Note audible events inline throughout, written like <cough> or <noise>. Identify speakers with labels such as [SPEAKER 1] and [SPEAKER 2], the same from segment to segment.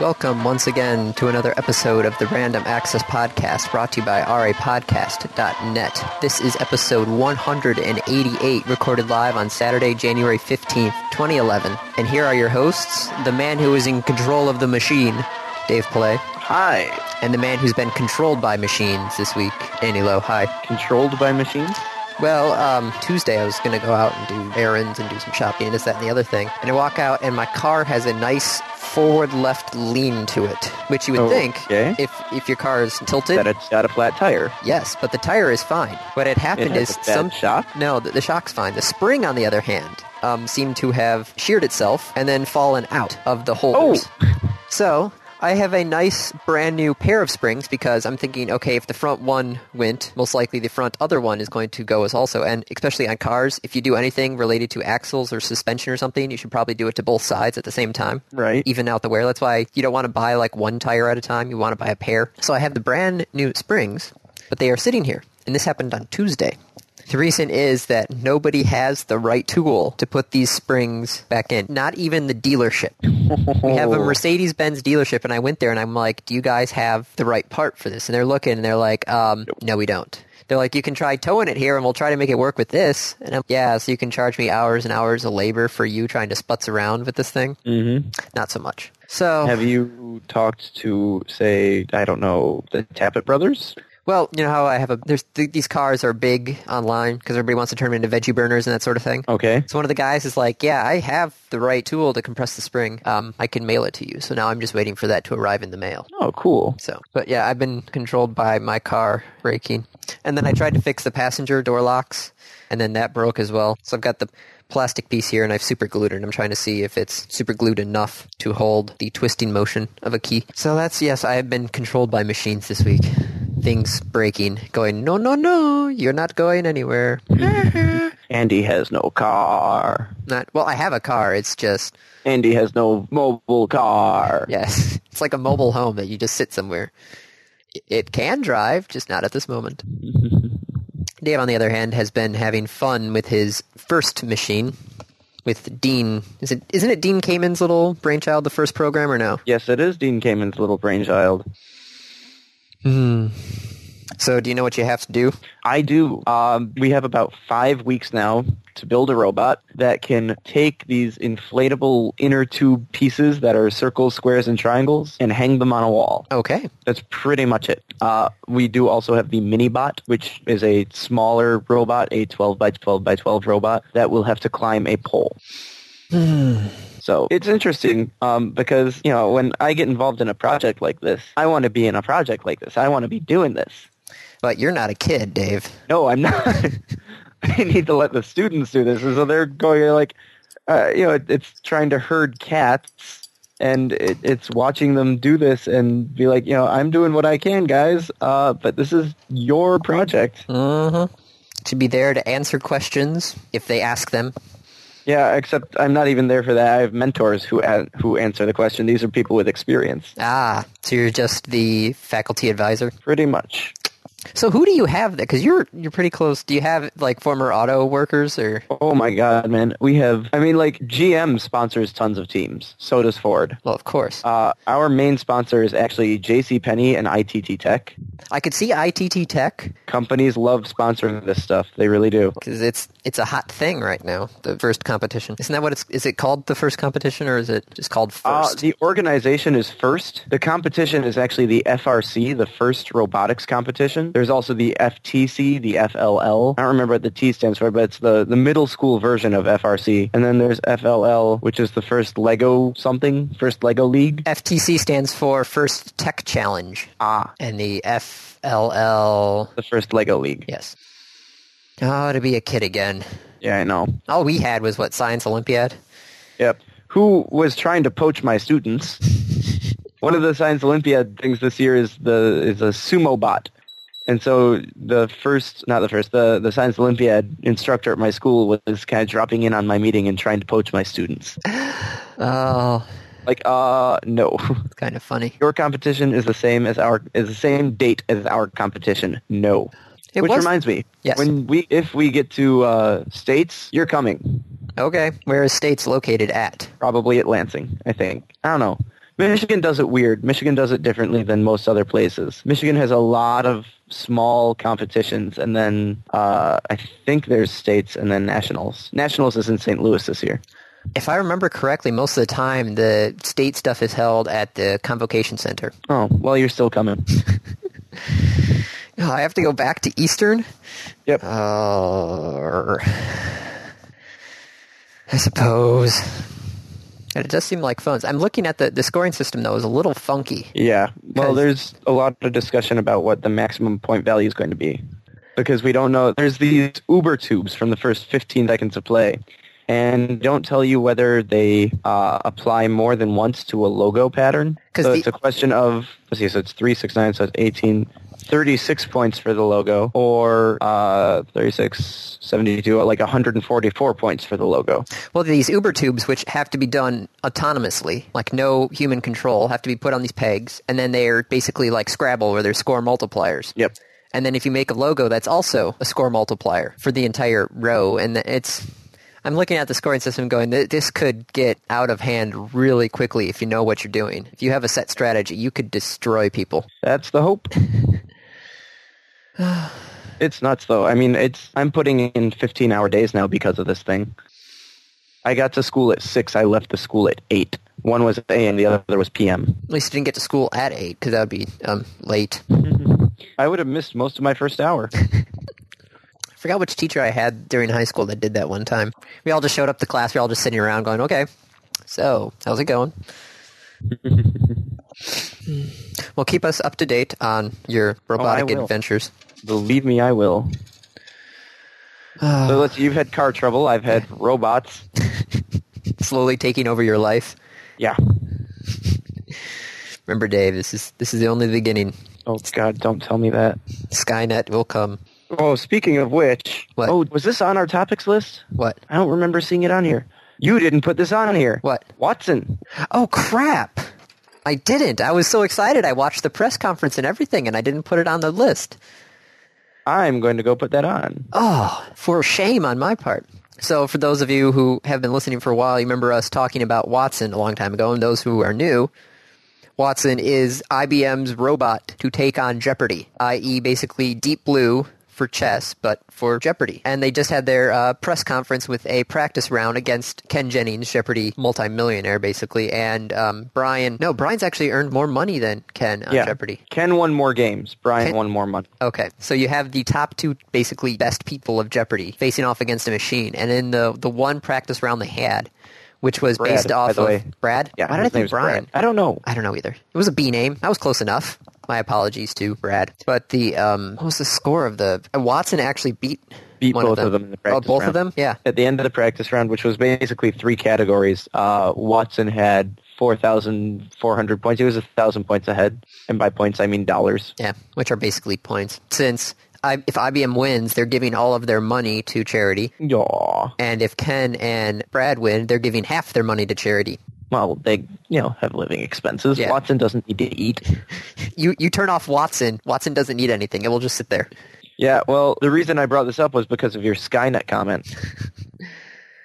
[SPEAKER 1] Welcome once again to another episode of the Random Access Podcast brought to you by rapodcast.net. This is episode 188, recorded live on Saturday, January 15th, 2011. And here are your hosts the man who is in control of the machine, Dave Play,
[SPEAKER 2] Hi.
[SPEAKER 1] and the man who's been controlled by machines this week, Annie Lowe. Hi.
[SPEAKER 2] Controlled by machines?
[SPEAKER 1] Well, um, Tuesday I was going to go out and do errands and do some shopping and this, that, and the other thing. And I walk out, and my car has a nice forward left lean to it, which you would think
[SPEAKER 2] Oh, Okay.
[SPEAKER 1] if if your car is tilted.
[SPEAKER 2] That it's got a flat tire.
[SPEAKER 1] yes, but the tire is fine. What had happened
[SPEAKER 2] It
[SPEAKER 1] is
[SPEAKER 2] has a bad
[SPEAKER 1] some
[SPEAKER 2] shock?
[SPEAKER 1] No, the, the shock's fine. The spring, on the other hand, um, seemed to have sheared itself and then fallen out of the holders.
[SPEAKER 2] Oh!
[SPEAKER 1] So I have a nice brand new pair of springs because I'm thinking, okay, if the front one went, most likely the front other one is going to go as also. And especially on cars, if you do anything related to axles or suspension or something, you should probably do it to both sides at the same time.
[SPEAKER 2] Right.
[SPEAKER 1] Even out the wear. That's why you don't want to buy like one tire at a time. You want to buy a pair. So I have the brand new springs, but they are sitting here. And this happened on Tuesday. The reason is that nobody has the right tool to put these springs back in. Not even the dealership. <laughs> We have a
[SPEAKER 2] Oh.
[SPEAKER 1] Mercedes Benz dealership, and I went there and I'm like, "Do you guys have the right part for this?" And they're looking and they're like, um, "No, we don't." They're like, "You can try towing it here, and we'll try to make it work with this." And I'm, yeah, so you can charge me hours and hours of labor for you trying to sputz around with this thing.
[SPEAKER 2] Mm-hmm.
[SPEAKER 1] Not so much. So,
[SPEAKER 2] Have you talked to, say, I don't know, the Tappet brothers?
[SPEAKER 1] well, you know how I have a there's th- these cars are big online because everybody wants to turn them into veggie burners and that sort of thing.
[SPEAKER 2] Okay.
[SPEAKER 1] So one of the guys is like, "Yeah, I have the right tool to compress the spring. Um, I can mail it to you." So now I'm just waiting for that to arrive in the mail.
[SPEAKER 2] Oh,
[SPEAKER 1] <laughs>
[SPEAKER 2] cool.
[SPEAKER 1] So, but yeah, I've been controlled by my car braking. And then I tried to fix the passenger door locks, and then that broke as well. So I've got the plastic piece here, and I've super glued it. and I'm trying to see if it's super glued enough to hold the twisting motion of a key. So that's, yes, I have been controlled by machines this week. Things breaking, going, no, no, no, you're not going anywhere.
[SPEAKER 2] Andy has no car.
[SPEAKER 1] Not, well, I have a car. It's just,
[SPEAKER 2] Andy has no mobile car.
[SPEAKER 1] yes, <laughs> it's like a mobile home that you just sit somewhere. It- It can drive, just not at this moment. Dave, on the other hand, has been having fun with his first machine with Dean. Is it, isn't it Dean Kamen's little brainchild, the first program, or no?
[SPEAKER 2] Yes, it is Dean Kamen's little brainchild.
[SPEAKER 1] So, do you know what you have to do?
[SPEAKER 2] I do. Um, we have about five weeks now to build a robot that can take these inflatable inner tube pieces that are circles, squares, and triangles and hang them on a wall.
[SPEAKER 1] Okay.
[SPEAKER 2] That's pretty much it. Uh, we do also have the Minibot, which is a smaller robot, a 12 by 12 by 12 robot that will have to climb a pole. So it's interesting um, because, you know, when I get involved in a project like this, I want to be in a project like this. I want to be doing this.
[SPEAKER 1] But you're not a kid, Dave.
[SPEAKER 2] No, I'm not. <laughs> I need to let the students do this. And so they're going like, uh, you know, it, it's trying to herd cats, and it, it's watching them do this and be like, you know, I'm doing what I can, guys. Uh, but this is your project.
[SPEAKER 1] To be there to answer questions if they ask them.
[SPEAKER 2] Yeah, except I'm not even there for that. I have mentors who an- who answer the question. These are people with experience,
[SPEAKER 1] Ah, so you're just the faculty advisor.
[SPEAKER 2] pretty much.
[SPEAKER 1] So who do you have that? Because you're you're pretty close. Do you have like former auto workers or?
[SPEAKER 2] Oh my god, man, we have. I mean, like GM sponsors tons of teams. So does Ford.
[SPEAKER 1] Well, of course.
[SPEAKER 2] Uh, our main sponsor is actually JCPenney and ITT Tech.
[SPEAKER 1] I could see ITT Tech
[SPEAKER 2] Companies love sponsoring this stuff. They really do.
[SPEAKER 1] because it's it's a hot thing right now. The first competition isn't that what it's is it called the first competition or is it just called
[SPEAKER 2] Uh,
[SPEAKER 1] first?
[SPEAKER 2] the organization is FIRST. The competition is actually the FRC, the FIRST Robotics Competition. There's also the FTC, the FLL. I don't remember what the T stands for, but it's the, the middle school version of FRC. And then there's FLL, which is the first Lego something, first Lego League.
[SPEAKER 1] FTC stands for First Tech Challenge,
[SPEAKER 2] Ah,
[SPEAKER 1] and the FLL.
[SPEAKER 2] the first Lego League.
[SPEAKER 1] Yes. Oh, to be a kid again.
[SPEAKER 2] Yeah, I know.
[SPEAKER 1] All we had was what Science Olympiad.
[SPEAKER 2] Yep. Who was trying to poach my
[SPEAKER 1] <laughs>
[SPEAKER 2] students? One of the Science Olympiad things this year is the is a sumo bot. And so the first, not the first, the, the Science Olympiad instructor at my school was kind of dropping in on my meeting and trying to poach my students.
[SPEAKER 1] Oh,
[SPEAKER 2] Like, uh, no. <laughs>
[SPEAKER 1] it's kind of funny.
[SPEAKER 2] Your competition is the same as our, is the same date as our competition. No.
[SPEAKER 1] It
[SPEAKER 2] Which
[SPEAKER 1] was-
[SPEAKER 2] reminds me,
[SPEAKER 1] Yes.
[SPEAKER 2] when we, if we get to uh, states, you're coming.
[SPEAKER 1] Okay, where is states located at?
[SPEAKER 2] Probably at Lansing, I think. I don't know. Michigan does it weird. Michigan does it differently than most other places. Michigan has a lot of small competitions, and then uh, I think there's states and then nationals. Nationals is in St. Louis this year.
[SPEAKER 1] If I remember correctly, most of the time the state stuff is held at the Convocation Center.
[SPEAKER 2] Oh, well, you're still coming.
[SPEAKER 1] Oh, I have to go back to Eastern.
[SPEAKER 2] Yep.
[SPEAKER 1] Uh, I suppose. And it does seem like phones. I'm looking at the, the scoring system though is a little funky.
[SPEAKER 2] Yeah. Well,
[SPEAKER 1] 'Cause-
[SPEAKER 2] there's a lot of discussion about what the maximum point value is going to be because we don't know. There's these Uber tubes from the first 15 seconds of play, and don't tell you whether they uh, apply more than once to a logo pattern.
[SPEAKER 1] 'Cause
[SPEAKER 2] So
[SPEAKER 1] the-
[SPEAKER 2] it's a question of let's see. So it's three, six, nine. So it's 18. 36 points for the logo or uh, 36, 72, like 144 points for the logo.
[SPEAKER 1] Well, these Uber tubes, which have to be done autonomously, like no human control, have to be put on these pegs, and then they are basically like Scrabble, where they're score multipliers.
[SPEAKER 2] Yep.
[SPEAKER 1] And then if you make a logo, that's also a score multiplier for the entire row, and it's. I'm looking at the scoring system going, "Th- this could get out of hand really quickly if you know what you're doing. If you have a set strategy, you could destroy people.
[SPEAKER 2] That's
[SPEAKER 1] <sighs>
[SPEAKER 2] the hope. it's nuts though. I mean, it's I'm putting in 15-hour days now because of this thing. I got to school at 6, I left the school at 8. One was AM, the other was PM.
[SPEAKER 1] At least you didn't get to school at 8, because that would be um, late.
[SPEAKER 2] I would have missed most of my
[SPEAKER 1] <laughs>
[SPEAKER 2] first hour.
[SPEAKER 1] I forgot which teacher I had during high school that did that one time. We all just showed up to class. We were all just sitting around going, okay, so how's it going? well, keep us up to date on your robotic
[SPEAKER 2] will.
[SPEAKER 1] adventures. <sighs>
[SPEAKER 2] Believe me, I will. so let's you've had car trouble, I've had robots.
[SPEAKER 1] Slowly taking over your life.
[SPEAKER 2] Yeah.
[SPEAKER 1] Remember, Dave, this is this is the only beginning.
[SPEAKER 2] Oh god, don't tell me that.
[SPEAKER 1] Skynet will come.
[SPEAKER 2] Oh, speaking of which,
[SPEAKER 1] What?
[SPEAKER 2] oh, was this on our topics list?
[SPEAKER 1] What?
[SPEAKER 2] I don't remember seeing it on here. You didn't put this on here.
[SPEAKER 1] What?
[SPEAKER 2] Watson.
[SPEAKER 1] Oh crap! I didn't. I was so excited. I watched the press conference and everything, and I didn't put it on the list.
[SPEAKER 2] I'm going to go put that on.
[SPEAKER 1] Oh, for shame on my part. So, for those of you who have been listening for a while, you remember us talking about Watson a long time ago, and those who are new, Watson is IBM's robot to take on Jeopardy, i.e., basically Deep Blue for chess, but for Jeopardy. And they just had their uh, press conference with a practice round against Ken Jennings, Jeopardy multimillionaire, basically, and um, Brian. No, Brian's actually earned more money than Ken on Jeopardy.
[SPEAKER 2] Ken won more games. Brian
[SPEAKER 1] Ken-
[SPEAKER 2] won more money.
[SPEAKER 1] Okay, so you have the top two basically best people of Jeopardy facing off against a machine, and in the the one practice round they had, which was
[SPEAKER 2] Brad,
[SPEAKER 1] based
[SPEAKER 2] by
[SPEAKER 1] off
[SPEAKER 2] the
[SPEAKER 1] of
[SPEAKER 2] way.
[SPEAKER 1] Brad.
[SPEAKER 2] Yeah,
[SPEAKER 1] Why did I
[SPEAKER 2] his
[SPEAKER 1] think
[SPEAKER 2] name's
[SPEAKER 1] Brian?
[SPEAKER 2] Brad. I don't know.
[SPEAKER 1] I don't know either. It was a B name. I was close enough. My apologies to Brad. But the um, what was the score of the uh, Watson actually beat
[SPEAKER 2] Beat
[SPEAKER 1] one
[SPEAKER 2] both
[SPEAKER 1] of
[SPEAKER 2] of
[SPEAKER 1] them.
[SPEAKER 2] them in the
[SPEAKER 1] oh,
[SPEAKER 2] practice
[SPEAKER 1] both of
[SPEAKER 2] round.
[SPEAKER 1] them. Yeah.
[SPEAKER 2] At the end of the practice round, which was basically three categories, uh, Watson had 4,400 points. He was 1,000 points ahead. And by points, I mean dollars.
[SPEAKER 1] Yeah, which are basically points. Since I, if IBM wins, they're giving all of their money to charity,
[SPEAKER 2] Yaw.
[SPEAKER 1] and if Ken and Brad win, they're giving half their money to charity.
[SPEAKER 2] Well, they, you know, have living expenses.
[SPEAKER 1] Yeah.
[SPEAKER 2] Watson doesn't need to eat.
[SPEAKER 1] You you turn off Watson. Watson doesn't need anything. It will just sit there.
[SPEAKER 2] Yeah, well, the reason I brought this up was because of your
[SPEAKER 1] <laughs>
[SPEAKER 2] Skynet comment.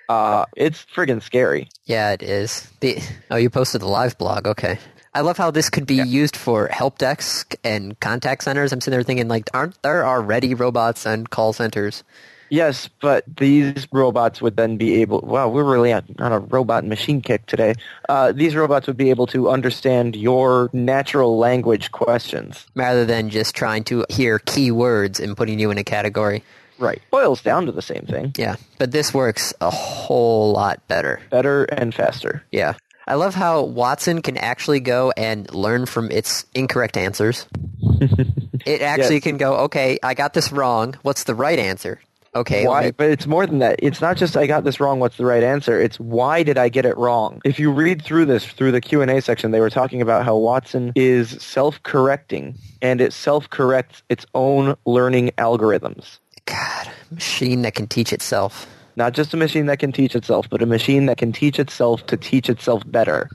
[SPEAKER 2] uh, it's friggin' scary.
[SPEAKER 1] Yeah, it is. The oh, you posted the live blog. Okay. I love how this could be used for help desk and contact centers. I'm sitting there thinking, like, aren't there already robots and call centers?
[SPEAKER 2] Yes, but these robots would then be able. Wow, we're really on on a robot and machine kick today. Uh, these robots would be able to understand your natural language questions.
[SPEAKER 1] Rather than just trying to hear keywords and putting you in a category.
[SPEAKER 2] Right, boils down to the same thing:
[SPEAKER 1] Yeah. But this works a whole lot better.
[SPEAKER 2] better and faster.
[SPEAKER 1] Yeah. I love how Watson can actually go and learn from its incorrect answers.
[SPEAKER 2] <laughs>
[SPEAKER 1] it actually
[SPEAKER 2] Yes.
[SPEAKER 1] can go, okay, I got this wrong. What's the right answer? Okay. let
[SPEAKER 2] Why?
[SPEAKER 1] me-
[SPEAKER 2] But it's more than that. It's not just I got this wrong. What's the right answer? It's why did I get it wrong? If you read through this through the Q and A section, they were talking about how Watson is self-correcting and it self-corrects its own learning algorithms.
[SPEAKER 1] God, a machine that can teach itself.
[SPEAKER 2] Not just a machine that can teach itself, but a machine that can teach itself to teach itself better.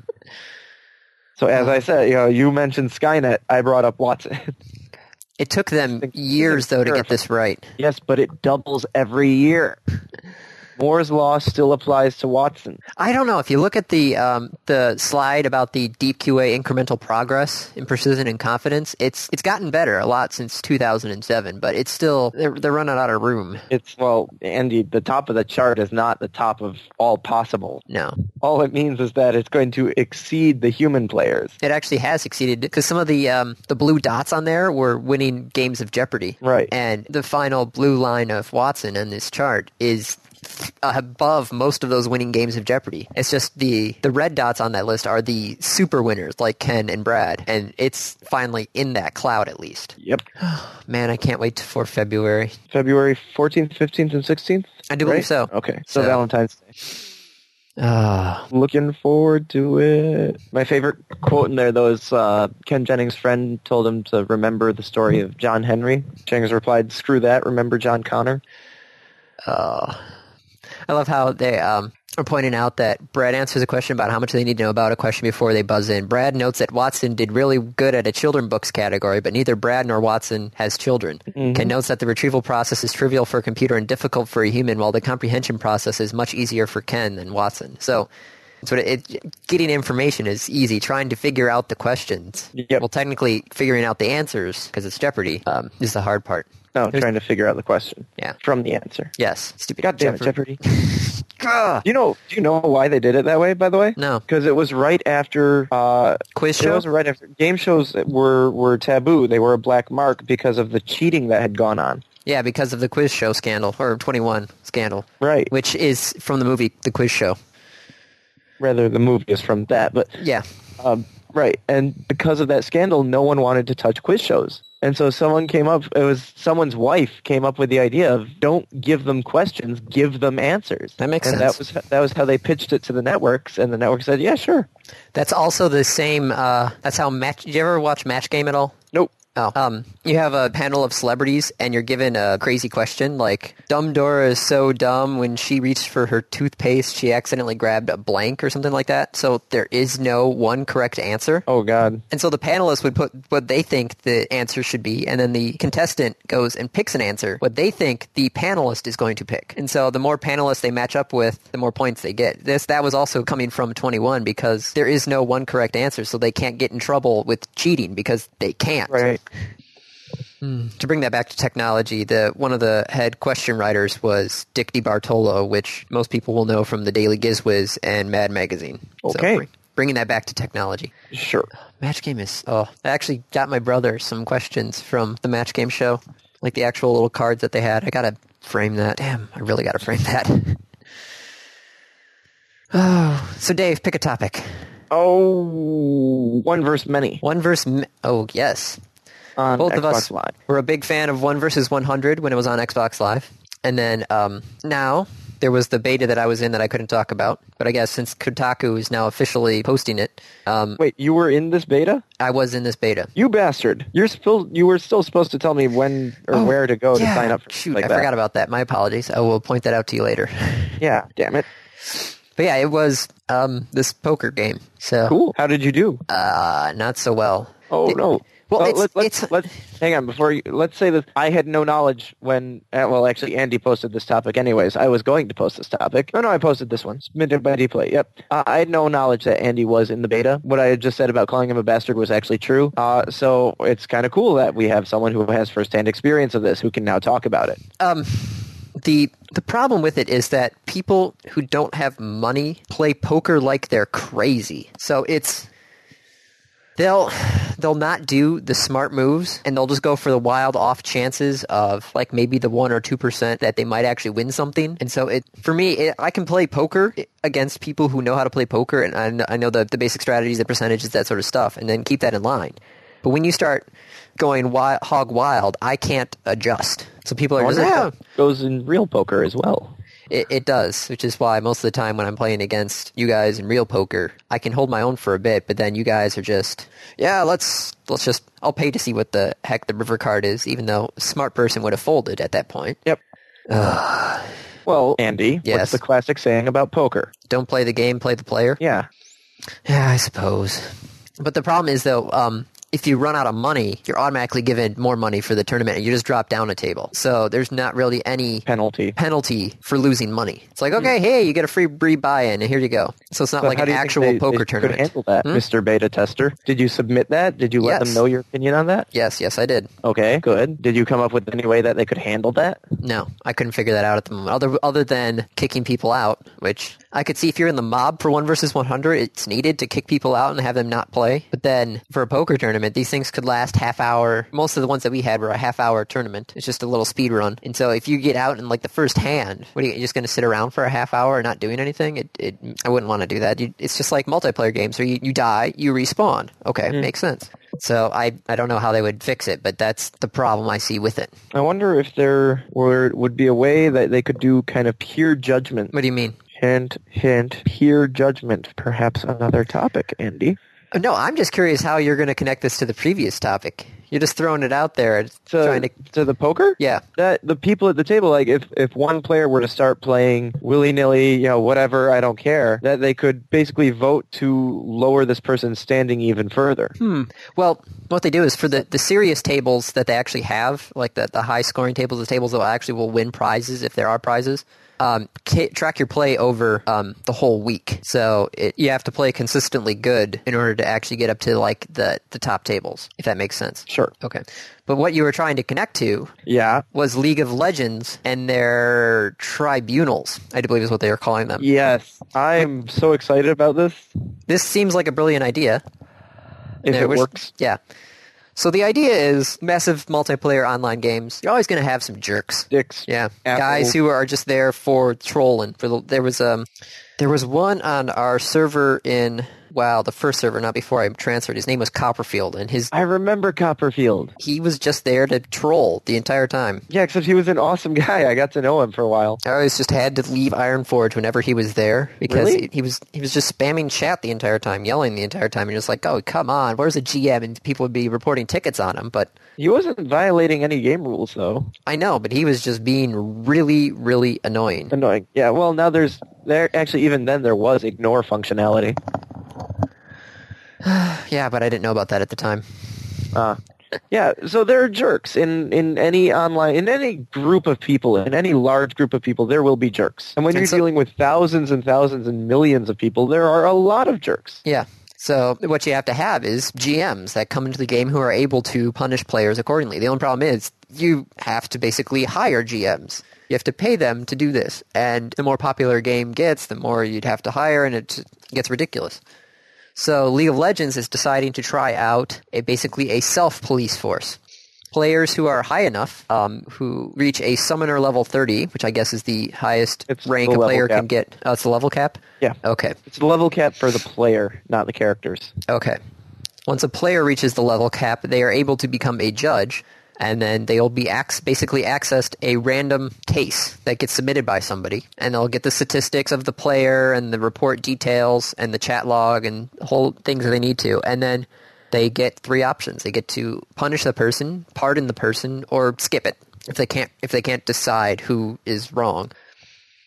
[SPEAKER 2] So as I said, you know, you mentioned Skynet. I brought up Watson. <laughs>
[SPEAKER 1] It took them
[SPEAKER 2] Think-
[SPEAKER 1] years, though, to get
[SPEAKER 2] terrifying.
[SPEAKER 1] this right.
[SPEAKER 2] yes, but it doubles every year. Moore's law still applies to Watson.
[SPEAKER 1] I don't know. If you look at the um, the slide about the deep QA incremental progress in precision and confidence, it's it's gotten better a lot since 2007, but it's still they're, they're running out of room.
[SPEAKER 2] It's well, Andy, the top of the chart is not the top of all possible.
[SPEAKER 1] No,
[SPEAKER 2] All it means is that it's going to exceed the human players.
[SPEAKER 1] it actually has succeeded because some of the um, the blue dots on there were winning games of Jeopardy.
[SPEAKER 2] Right.
[SPEAKER 1] And the final blue line of Watson on this chart is above most of those winning games of Jeopardy. It's just the the red dots on that list are the super winners like Ken and Brad, and it's finally in that cloud at least.
[SPEAKER 2] Yep.
[SPEAKER 1] Man, I can't wait for February.
[SPEAKER 2] February 14th, 15th, and 16th?
[SPEAKER 1] I do believe
[SPEAKER 2] right? Oh.
[SPEAKER 1] so.
[SPEAKER 2] Okay. So,
[SPEAKER 1] So-
[SPEAKER 2] Valentine's Day.
[SPEAKER 1] Ah,
[SPEAKER 2] Looking forward to it. My favorite quote in there, though, is uh, Ken Jennings' friend told him to remember the story of John Henry. Jennings replied, screw that, remember John Connor.
[SPEAKER 1] I love how they um, are pointing out that Brad answers a question about how much they need to know about a question before they buzz in. Brad notes that Watson did really good at a children books category, but neither Brad nor Watson has children. Ken notes that the retrieval process is trivial for a computer and difficult for a human, while the comprehension process is much easier for Ken than Watson. So. So it, it, getting information is easy. Trying to figure out the questions,
[SPEAKER 2] Yep.
[SPEAKER 1] well, technically figuring out the answers because it's Jeopardy um, is the hard part.
[SPEAKER 2] No, trying to figure out the question.
[SPEAKER 1] Yeah.
[SPEAKER 2] From the answer.
[SPEAKER 1] Yes, stupid.
[SPEAKER 2] God damn it,
[SPEAKER 1] Jeopardy.
[SPEAKER 2] Jeopardy.
[SPEAKER 1] Ugh.
[SPEAKER 2] You know, do you know why they did it that way? By the way,
[SPEAKER 1] No.
[SPEAKER 2] because it was right after uh,
[SPEAKER 1] Quiz
[SPEAKER 2] It
[SPEAKER 1] show?
[SPEAKER 2] was right after game shows were were taboo. They were a black mark because of the cheating that had gone on.
[SPEAKER 1] Yeah, because of the quiz show scandal or 21 scandal,
[SPEAKER 2] Right.
[SPEAKER 1] which is from the movie The Quiz Show.
[SPEAKER 2] Rather, the movie is from that, but
[SPEAKER 1] Yeah.
[SPEAKER 2] um, right. And because of that scandal, no one wanted to touch quiz shows. And so someone came up. It was someone's wife came up with the idea of don't give them questions, give them answers.
[SPEAKER 1] That makes
[SPEAKER 2] and
[SPEAKER 1] sense.
[SPEAKER 2] That was that was how they pitched it to the networks, and the network said, "Yeah, sure."
[SPEAKER 1] That's also the same uh that's how match Did you ever watch Match Game at all?
[SPEAKER 2] Nope.
[SPEAKER 1] Oh, um, you have a panel of celebrities, and you're given a crazy question like, "Dumb Dora is so dumb when she reached for her toothpaste, she accidentally grabbed a blank or something like that." So there is no one correct answer.
[SPEAKER 2] Oh God.
[SPEAKER 1] And so the panelists would put what they think the answer should be, and then the contestant goes and picks an answer, what they think the panelist is going to pick. And so the more panelists they match up with, the more points they get. This that was also coming from 21 because there is no one correct answer, so they can't get in trouble with cheating because they can't.
[SPEAKER 2] Right.
[SPEAKER 1] To bring that back to technology, the one of the head question writers was Dick DiBartolo, which most people will know from the Daily Gizwiz and Mad Magazine.
[SPEAKER 2] Okay.
[SPEAKER 1] So br- bringing that back to technology.
[SPEAKER 2] Sure.
[SPEAKER 1] Match game is oh, I actually got my brother some questions from the match game show, like the actual little cards that they had. I gotta frame that. Damn, I really gotta frame <laughs> that. oh, so Dave, pick a topic.
[SPEAKER 2] Oh, one verse many.
[SPEAKER 1] One verse. m oh yes,
[SPEAKER 2] on
[SPEAKER 1] both
[SPEAKER 2] Xbox
[SPEAKER 1] of us
[SPEAKER 2] Live.
[SPEAKER 1] were a big fan of One versus One Hundred when it was on Xbox Live, and then um, now. There was the beta that I was in that I couldn't talk about, but I guess since Kotaku is now officially posting it, um,
[SPEAKER 2] Wait, you were in this beta?
[SPEAKER 1] I was in this beta.
[SPEAKER 2] You bastard! You're still you were still supposed to tell me when or where to go to sign up for
[SPEAKER 1] Oh, Shoot,
[SPEAKER 2] like
[SPEAKER 1] I
[SPEAKER 2] that.
[SPEAKER 1] forgot about that. My apologies. I will point that out to you later. <laughs>
[SPEAKER 2] Yeah, damn it!
[SPEAKER 1] but yeah, it was um, this poker game. So
[SPEAKER 2] Cool. How did you do?
[SPEAKER 1] uh, not so well.
[SPEAKER 2] oh
[SPEAKER 1] It-
[SPEAKER 2] no!
[SPEAKER 1] Well,
[SPEAKER 2] Uh,
[SPEAKER 1] it's,
[SPEAKER 2] let, let's,
[SPEAKER 1] it's
[SPEAKER 2] let's hang on before you. Let's say that I had no knowledge when. uh, Well, actually, Andy posted this topic. Anyways, I was going to post this topic. No, no, I posted this one. Submitted by Dplay. Yep. Uh, I had no knowledge that Andy was in the beta. What I had just said about calling him a bastard was actually true. Uh, so it's kind of cool that we have someone who has firsthand experience of this who can now talk about it.
[SPEAKER 1] the the problem with it is that people who don't have money play poker like they're crazy. So it's they'll they'll not do the smart moves and they'll just go for the wild off chances of like maybe the 1 or 2% that they might actually win something and so it for me it, i can play poker against people who know how to play poker and i know, I know the, the basic strategies the percentages that sort of stuff and then keep that in line but when you start going wild, hog wild i can't adjust so people are just like,
[SPEAKER 2] Yeah,
[SPEAKER 1] "Oh,
[SPEAKER 2] goes in real poker as well.
[SPEAKER 1] it, it does, which is why most of the time when I'm playing against you guys in real poker, I can hold my own for a bit, but then you guys are just, yeah, let's let's just I'll pay to see what the heck the river card is, even though a smart person would have folded at that point. <sighs>
[SPEAKER 2] Yep. well, Andy, what's
[SPEAKER 1] Yes.
[SPEAKER 2] the classic saying about poker?
[SPEAKER 1] Don't play the game, play the player.
[SPEAKER 2] Yeah.
[SPEAKER 1] Yeah, I suppose. But the problem is though, um, if you run out of money, you're automatically given more money for the tournament and you just drop down a table. So there's not really any
[SPEAKER 2] penalty.
[SPEAKER 1] penalty for losing money. It's like, okay, hey, you get a free free buy-in and here you go. So it's not
[SPEAKER 2] So
[SPEAKER 1] like
[SPEAKER 2] Hmm. how
[SPEAKER 1] an
[SPEAKER 2] do you think
[SPEAKER 1] actual
[SPEAKER 2] they- they
[SPEAKER 1] poker
[SPEAKER 2] could
[SPEAKER 1] tournament.
[SPEAKER 2] handle that, Mr. Beta Tester. Did you submit that? Did you let
[SPEAKER 1] Yes.
[SPEAKER 2] them know your opinion on that?
[SPEAKER 1] Yes, yes, I did.
[SPEAKER 2] Okay, good. Did you come up with any way that they could handle that?
[SPEAKER 1] No, I couldn't figure that out at the moment. Other other than kicking people out, which I could see if you're in the mob for one versus one hundred, it's needed to kick people out and have them not play. But then for a poker tournament, these things could last half hour. Most of the ones that we had were a half hour tournament. It's just a little speed run. And so if you get out in like the first hand, what are you you're just going to sit around for a half hour not doing anything? It, it I wouldn't want to do that. You, it's just like multiplayer games where you, you die, you respawn. Okay, makes sense. So I, I don't know how they would fix it, but that's the problem I see with it.
[SPEAKER 2] I wonder if there were, would be a way that they could do kind of peer judgment.
[SPEAKER 1] What do you mean?
[SPEAKER 2] Hint, hint, peer judgment. Perhaps another topic, Andy.
[SPEAKER 1] Oh, No, I'm just curious how you're going to connect this to the previous topic. You're just throwing it out there, and
[SPEAKER 2] To,
[SPEAKER 1] trying to.
[SPEAKER 2] to the poker?
[SPEAKER 1] Yeah,
[SPEAKER 2] that the people at the table, like if, if one player were to start playing willy nilly, you know, whatever, I don't care, that they could basically vote to lower this person's standing even further.
[SPEAKER 1] Well, what they do is for the, the serious tables that they actually have, like the, the high scoring tables, the tables that will actually will win prizes if there are prizes, um, ca- track your play over um, the whole week. So it, you have to play consistently good in order to actually get up to like the, the top tables, if that makes sense.
[SPEAKER 2] Sure.
[SPEAKER 1] Okay. But what you were trying to connect to
[SPEAKER 2] Yeah.
[SPEAKER 1] was League of Legends and their tribunals, I believe is what they are calling them.
[SPEAKER 2] Yes. I'm so excited about this.
[SPEAKER 1] This seems like a brilliant idea.
[SPEAKER 2] If
[SPEAKER 1] There
[SPEAKER 2] it
[SPEAKER 1] was-
[SPEAKER 2] works.
[SPEAKER 1] Yeah. So the idea is massive multiplayer online games. You're always going to have some jerks.
[SPEAKER 2] Dicks.
[SPEAKER 1] Yeah,
[SPEAKER 2] Assholes.
[SPEAKER 1] guys who are just there for trolling. For the, there was um, there was one on our server in wow, the first server, not before I transferred. His name was Copperfield, and his
[SPEAKER 2] I remember Copperfield.
[SPEAKER 1] he was just there to troll the entire time.
[SPEAKER 2] Yeah, except he was an awesome <laughs> guy. I got to know him for a while.
[SPEAKER 1] I always Oh, just had to leave Ironforge whenever he was there because
[SPEAKER 2] Really?
[SPEAKER 1] he, he was he was just spamming chat the entire time, yelling the entire time, and just like, oh come on, where's the GM? And people would be reporting tickets on him, but
[SPEAKER 2] He wasn't violating any game rules though.
[SPEAKER 1] I know, but he was just being really, really
[SPEAKER 2] <laughs>
[SPEAKER 1] annoying.
[SPEAKER 2] Annoying. Yeah, well now there's there actually even then there was ignore functionality.
[SPEAKER 1] Yeah, but I didn't know about that at the time.
[SPEAKER 2] Uh, yeah, so there are jerks in, in any online, in any group of people, in any large group of people, there will be jerks. And when
[SPEAKER 1] And
[SPEAKER 2] you're
[SPEAKER 1] so-
[SPEAKER 2] dealing with thousands and thousands and millions of people, there are a lot of jerks.
[SPEAKER 1] Yeah. So what you have to have is GMs that come into the game who are able to punish players accordingly. The only problem is you have to basically hire GMs. You have to pay them to do this. And the more popular a game gets, the more you'd have to hire, and it just gets ridiculous. So League of Legends is deciding to try out a, basically a self-police force. Players who are high enough, um, who reach a summoner level 30, which I guess is the highest
[SPEAKER 2] It's
[SPEAKER 1] rank
[SPEAKER 2] the
[SPEAKER 1] a
[SPEAKER 2] level
[SPEAKER 1] player can
[SPEAKER 2] cap.
[SPEAKER 1] get. Oh, it's the level cap?
[SPEAKER 2] Yeah.
[SPEAKER 1] Okay.
[SPEAKER 2] It's the level cap for the player, not the characters.
[SPEAKER 1] Okay. Once a player reaches the level cap, they are able to become a judge, and then they'll be ac- basically accessed a random case that gets submitted by somebody, and they'll get the statistics of the player and the report details and the chat log and whole things that they need to, and then they get three options: they get to punish the person, pardon the person, or skip it if they can't if they can't decide who is wrong.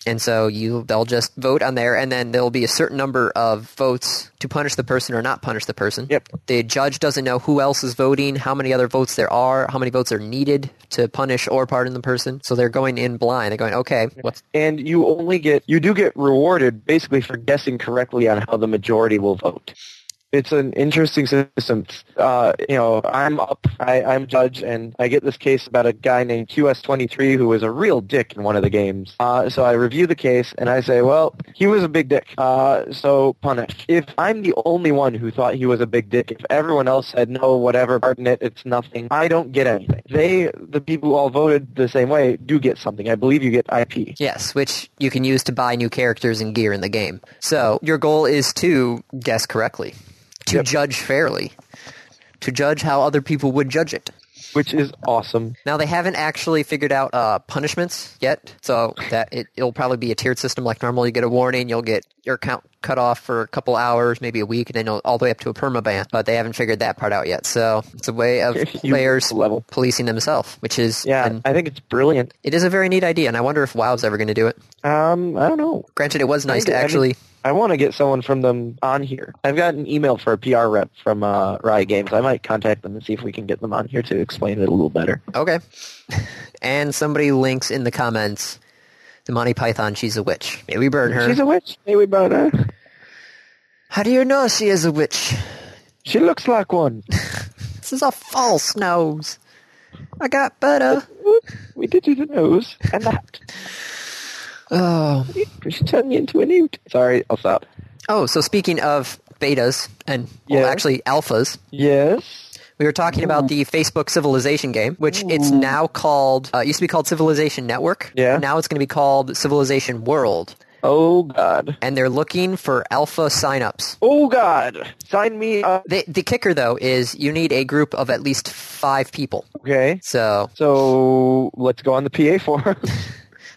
[SPEAKER 1] And so you they'll just vote on there and then there'll be a certain number of votes to punish the person or not punish the person.
[SPEAKER 2] Yep.
[SPEAKER 1] The judge doesn't know who else is voting, how many other votes there are, how many votes are needed to punish or pardon the person. So they're going in blind. They're going, "Okay, what's
[SPEAKER 2] And you only get, you do get rewarded basically for guessing correctly on how the majority will vote. It's an interesting system. Uh, you know, I'm up, I, I'm judge, and I get this case about a guy named QS23 who was a real dick in one of the games. Uh, so I review the case, and I say, well, he was a big dick, uh, so punish. If I'm the only one who thought he was a big dick, if everyone else said, no, whatever, pardon it, it's nothing, I don't get anything. They, the people who all voted the same way, do get something. I believe you get IP.
[SPEAKER 1] Yes, which you can use to buy new characters and gear in the game. So your goal is to guess correctly, to judge fairly, to judge how other people would judge it.
[SPEAKER 2] which is awesome.
[SPEAKER 1] Now they haven't actually figured out uh, punishments yet, so that it, it'll probably be a tiered system like normal. You get a warning, you'll get your account cut off for a couple hours, maybe a week, and then all the way up to a permaban. But they haven't figured that part out yet. So it's a way of
[SPEAKER 2] You-
[SPEAKER 1] players
[SPEAKER 2] level.
[SPEAKER 1] policing themselves, which is
[SPEAKER 2] Yeah,
[SPEAKER 1] and
[SPEAKER 2] I think it's brilliant.
[SPEAKER 1] it is a very neat idea. And I wonder if WoW's ever going to do it.
[SPEAKER 2] Um, I don't know.
[SPEAKER 1] Granted, it was nice
[SPEAKER 2] Kinda,
[SPEAKER 1] to
[SPEAKER 2] I mean-
[SPEAKER 1] actually.
[SPEAKER 2] I want to get someone from them on here. I've got an email for a PR rep from uh, Riot Games. I might contact them and see if we can get them on here to explain it a little better.
[SPEAKER 1] Okay. <laughs> And somebody links in the comments the Monty Python, she's a witch. May we burn her.
[SPEAKER 2] She's a witch. Hey, we brought her.
[SPEAKER 1] How do you know she is a witch?
[SPEAKER 2] She looks like one.
[SPEAKER 1] This is a false nose. I got butter.
[SPEAKER 2] Whoop. we did you the nose and that.
[SPEAKER 1] <sighs> Oh.
[SPEAKER 2] We should turn you into an newt. Sorry, I'll stop.
[SPEAKER 1] Oh, so speaking of betas and well,
[SPEAKER 2] Yeah. Mm.
[SPEAKER 1] actually alphas,
[SPEAKER 2] Yes.
[SPEAKER 1] we were talking about the Facebook Civilization game, which it's now called, uh, it used to be called Civilization Network.
[SPEAKER 2] Yeah.
[SPEAKER 1] Now it's going to be called Civilization World.
[SPEAKER 2] Oh God.
[SPEAKER 1] And they're looking for alpha signups.
[SPEAKER 2] Oh God. Sign me up.
[SPEAKER 1] The, the kicker, though, is you need a group of at least five people.
[SPEAKER 2] Okay.
[SPEAKER 1] So
[SPEAKER 2] So let's go on the PA forum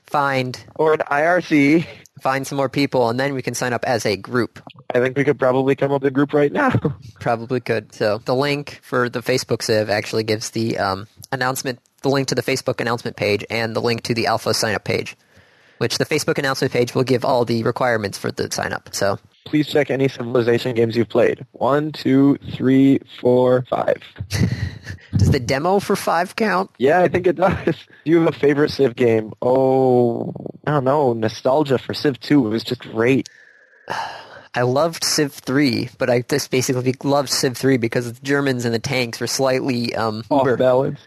[SPEAKER 1] find
[SPEAKER 2] <laughs> or an IRC.
[SPEAKER 1] find some more people, and then we can sign up as a group.
[SPEAKER 2] I think we could probably come up with a group right now. <laughs>
[SPEAKER 1] Probably could. So the link for the Facebook Civ actually gives the um, announcement, the link to the Facebook announcement page, and the link to the Alpha sign up page, which the Facebook announcement page will give all the requirements for the sign up. So
[SPEAKER 2] Please check any Civilization games you've played. One, two, three, four, five.
[SPEAKER 1] does the demo for five count?
[SPEAKER 2] Yeah, I think it does. <laughs> Do you have a favorite Civ game? Oh, I don't know. Nostalgia for Civ 2 was just great.
[SPEAKER 1] I loved Civ three, but I just basically loved Civ three because the Germans and the tanks were slightly um,
[SPEAKER 2] Off balance.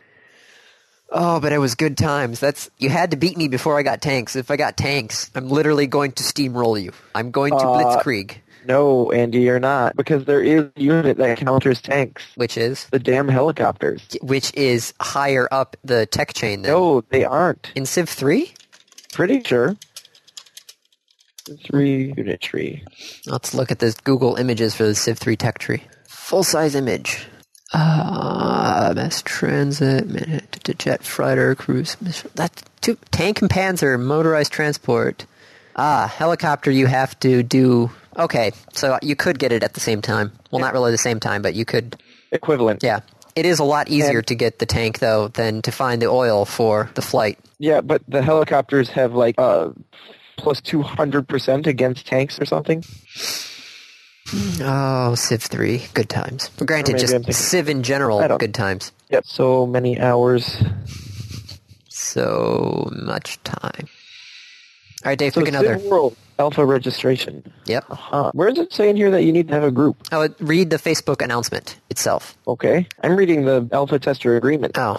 [SPEAKER 1] Oh, but it was good times. That's you had to beat me before I got tanks. If I got tanks, I'm literally going to steamroll you. I'm going to
[SPEAKER 2] Uh,
[SPEAKER 1] blitzkrieg,
[SPEAKER 2] No, Andy, you're not. Because there is a unit that counters tanks.
[SPEAKER 1] which is
[SPEAKER 2] The damn helicopters.
[SPEAKER 1] which is higher up the tech chain. Then
[SPEAKER 2] No, they aren't.
[SPEAKER 1] in Civ three,
[SPEAKER 2] Pretty sure. Three unit tree.
[SPEAKER 1] let's look at this Google images for the Civ three tech tree. Full size image. Uh, mass transit, man- t- t- jet fighter, cruise missile. That two, tank and panzer, motorized transport. Ah, helicopter. You have to do. Okay, so you could get it at the same time. Well, not really the same time, but you could.
[SPEAKER 2] Equivalent.
[SPEAKER 1] Yeah, it is a lot easier to get the tank though than to find the oil for the flight.
[SPEAKER 2] Yeah, but the helicopters have like uh, plus 200% against tanks or something.
[SPEAKER 1] Oh, Civ three, good times. Granted,
[SPEAKER 2] maybe
[SPEAKER 1] just
[SPEAKER 2] I'm thinking-
[SPEAKER 1] Civ in
[SPEAKER 2] I
[SPEAKER 1] general,
[SPEAKER 2] don't-
[SPEAKER 1] good times.
[SPEAKER 2] Yep. So many hours.
[SPEAKER 1] So much time. All right, Dave,
[SPEAKER 2] So
[SPEAKER 1] pick another.
[SPEAKER 2] Civ Oh. World Alpha registration.
[SPEAKER 1] Yep.
[SPEAKER 2] Huh. Where is it saying here that you need to have a group?
[SPEAKER 1] Oh, it- read the Facebook announcement itself.
[SPEAKER 2] Okay. I'm reading the Alpha Tester Agreement.
[SPEAKER 1] Oh.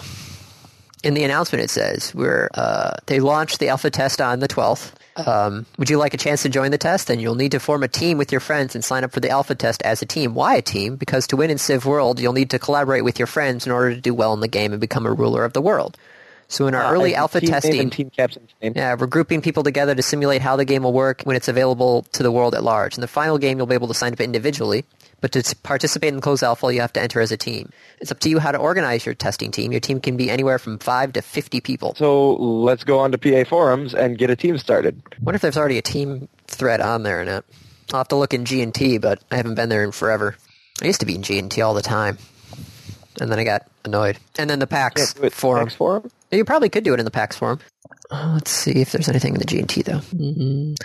[SPEAKER 1] In the announcement, it says we're uh, they launched the alpha test on the 12th. Um, would you like a chance to join the test? Then you'll need to form a team with your friends and sign up for the alpha test as a team. Why a team? Because to win in Civ World, you'll need to collaborate with your friends in order to do well in the game and become a ruler of the world. So in our early
[SPEAKER 2] I see
[SPEAKER 1] alpha
[SPEAKER 2] Uh, team name
[SPEAKER 1] testing,
[SPEAKER 2] and team captain's name.
[SPEAKER 1] yeah, we're grouping people together to simulate how the game will work when it's available to the world at large. In the final game, you'll be able to sign up individually, but to s- participate in Close Alpha, you have to enter as a team. It's up to you how to organize your testing team. Your team can be anywhere from 5 to 50 people.
[SPEAKER 2] So let's go on to PA forums and get a team started.
[SPEAKER 1] wonder if there's already a team thread on there or not. I'll have to look in G&T, but I haven't been there in forever. I used to be in G&T all the time, and then I got annoyed. And then the
[SPEAKER 2] Yeah,
[SPEAKER 1] PAX
[SPEAKER 2] do it.
[SPEAKER 1] forum.
[SPEAKER 2] Next forum.
[SPEAKER 1] You probably could do it in the PAX forum. Uh, Let's see if there's anything in the G&T, though. Mm.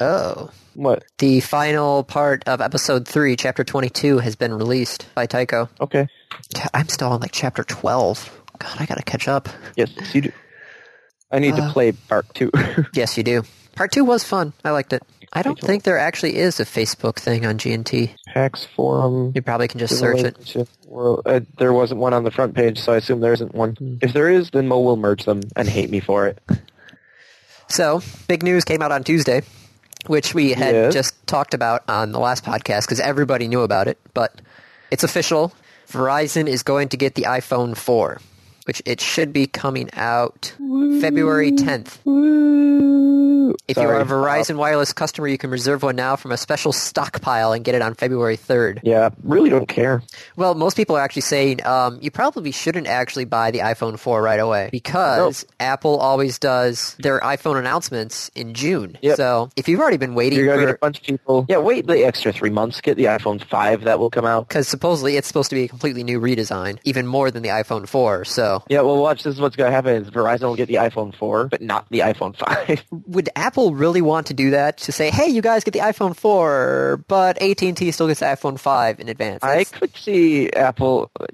[SPEAKER 1] Oh.
[SPEAKER 2] What?
[SPEAKER 1] The final part of episode 3, chapter 22, has been released by Tycho.
[SPEAKER 2] Okay.
[SPEAKER 1] T- I'm still on like chapter 12. God, I gotta catch up.
[SPEAKER 2] Yes, you do. I need
[SPEAKER 1] Uh.
[SPEAKER 2] to play part two. <laughs>
[SPEAKER 1] Yes, you do. Part 2 was fun. I liked it. I don't
[SPEAKER 2] Tycho.
[SPEAKER 1] think there actually is a Facebook thing on G&T.
[SPEAKER 2] PAX forum.
[SPEAKER 1] You probably can just search it.
[SPEAKER 2] Relationship world- uh, there wasn't one on the front page, so I assume there isn't one.
[SPEAKER 1] Hmm.
[SPEAKER 2] If there is, then Mo will merge them and hate me for it.
[SPEAKER 1] So, big news came out on Tuesday, which we had
[SPEAKER 2] Yes.
[SPEAKER 1] just talked about on the last podcast because everybody knew about it. But it's official. Verizon is going to get the iPhone 4, which it should be coming out February 10th.
[SPEAKER 2] Woo!
[SPEAKER 1] If
[SPEAKER 2] Sorry.
[SPEAKER 1] you are a
[SPEAKER 2] Uh,
[SPEAKER 1] Verizon Wireless customer, you can reserve one now from a special stockpile and get it on February 3rd.
[SPEAKER 2] yeah, really don't care.
[SPEAKER 1] Well, most people are actually saying um, you probably shouldn't actually buy the iPhone 4 right away because Apple always does their iPhone announcements in June.
[SPEAKER 2] Yep.
[SPEAKER 1] So if you've already been waiting
[SPEAKER 2] You're gonna get a
[SPEAKER 1] <laughs> for.
[SPEAKER 2] bunch of people. Yeah, wait the extra three months. Get the iPhone five that will come out.
[SPEAKER 1] Because supposedly it's supposed to be a completely new redesign, even more than the iPhone 4. So
[SPEAKER 2] Yeah, well, watch. This is what's gonna happen: is Verizon will get the iPhone four, but not the
[SPEAKER 1] <laughs>
[SPEAKER 2] iPhone five.
[SPEAKER 1] would Apple really want to do that to say, "Hey, you guys get the iPhone 4, but AT&T still gets the iPhone 5 in advance"?
[SPEAKER 2] I
[SPEAKER 1] That's
[SPEAKER 2] could see Apple. uh,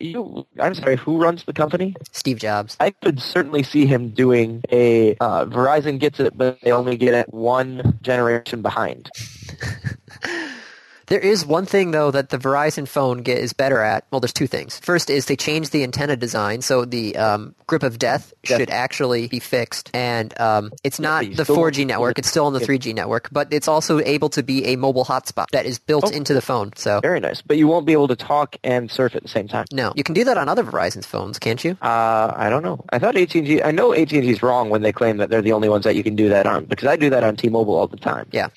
[SPEAKER 2] You, I'm sorry, who runs the company?
[SPEAKER 1] Steve Jobs.
[SPEAKER 2] I could certainly see him doing a uh, Verizon gets it, but they only get it one generation behind.
[SPEAKER 1] There is one thing though that the Verizon phone get is better at. Well, there's two things. First is they changed the antenna design, so the um, grip of death
[SPEAKER 2] Yes.
[SPEAKER 1] should actually be fixed, and um, it's not
[SPEAKER 2] but you
[SPEAKER 1] the
[SPEAKER 2] still-
[SPEAKER 1] 4G network; it's still on the
[SPEAKER 2] Yeah.
[SPEAKER 1] 3G network, but it's also able to be a mobile hotspot that is built
[SPEAKER 2] Oh.
[SPEAKER 1] into the phone. So
[SPEAKER 2] Very nice, but you won't be able to talk and surf at the same time.
[SPEAKER 1] no, you can do that on other Verizon's phones, can't you?
[SPEAKER 2] Uh, I don't know. I thought AT&T. I know AT&T's wrong when they claim that they're the only ones that you can do that on because I do that on T-Mobile all the time.
[SPEAKER 1] Yeah.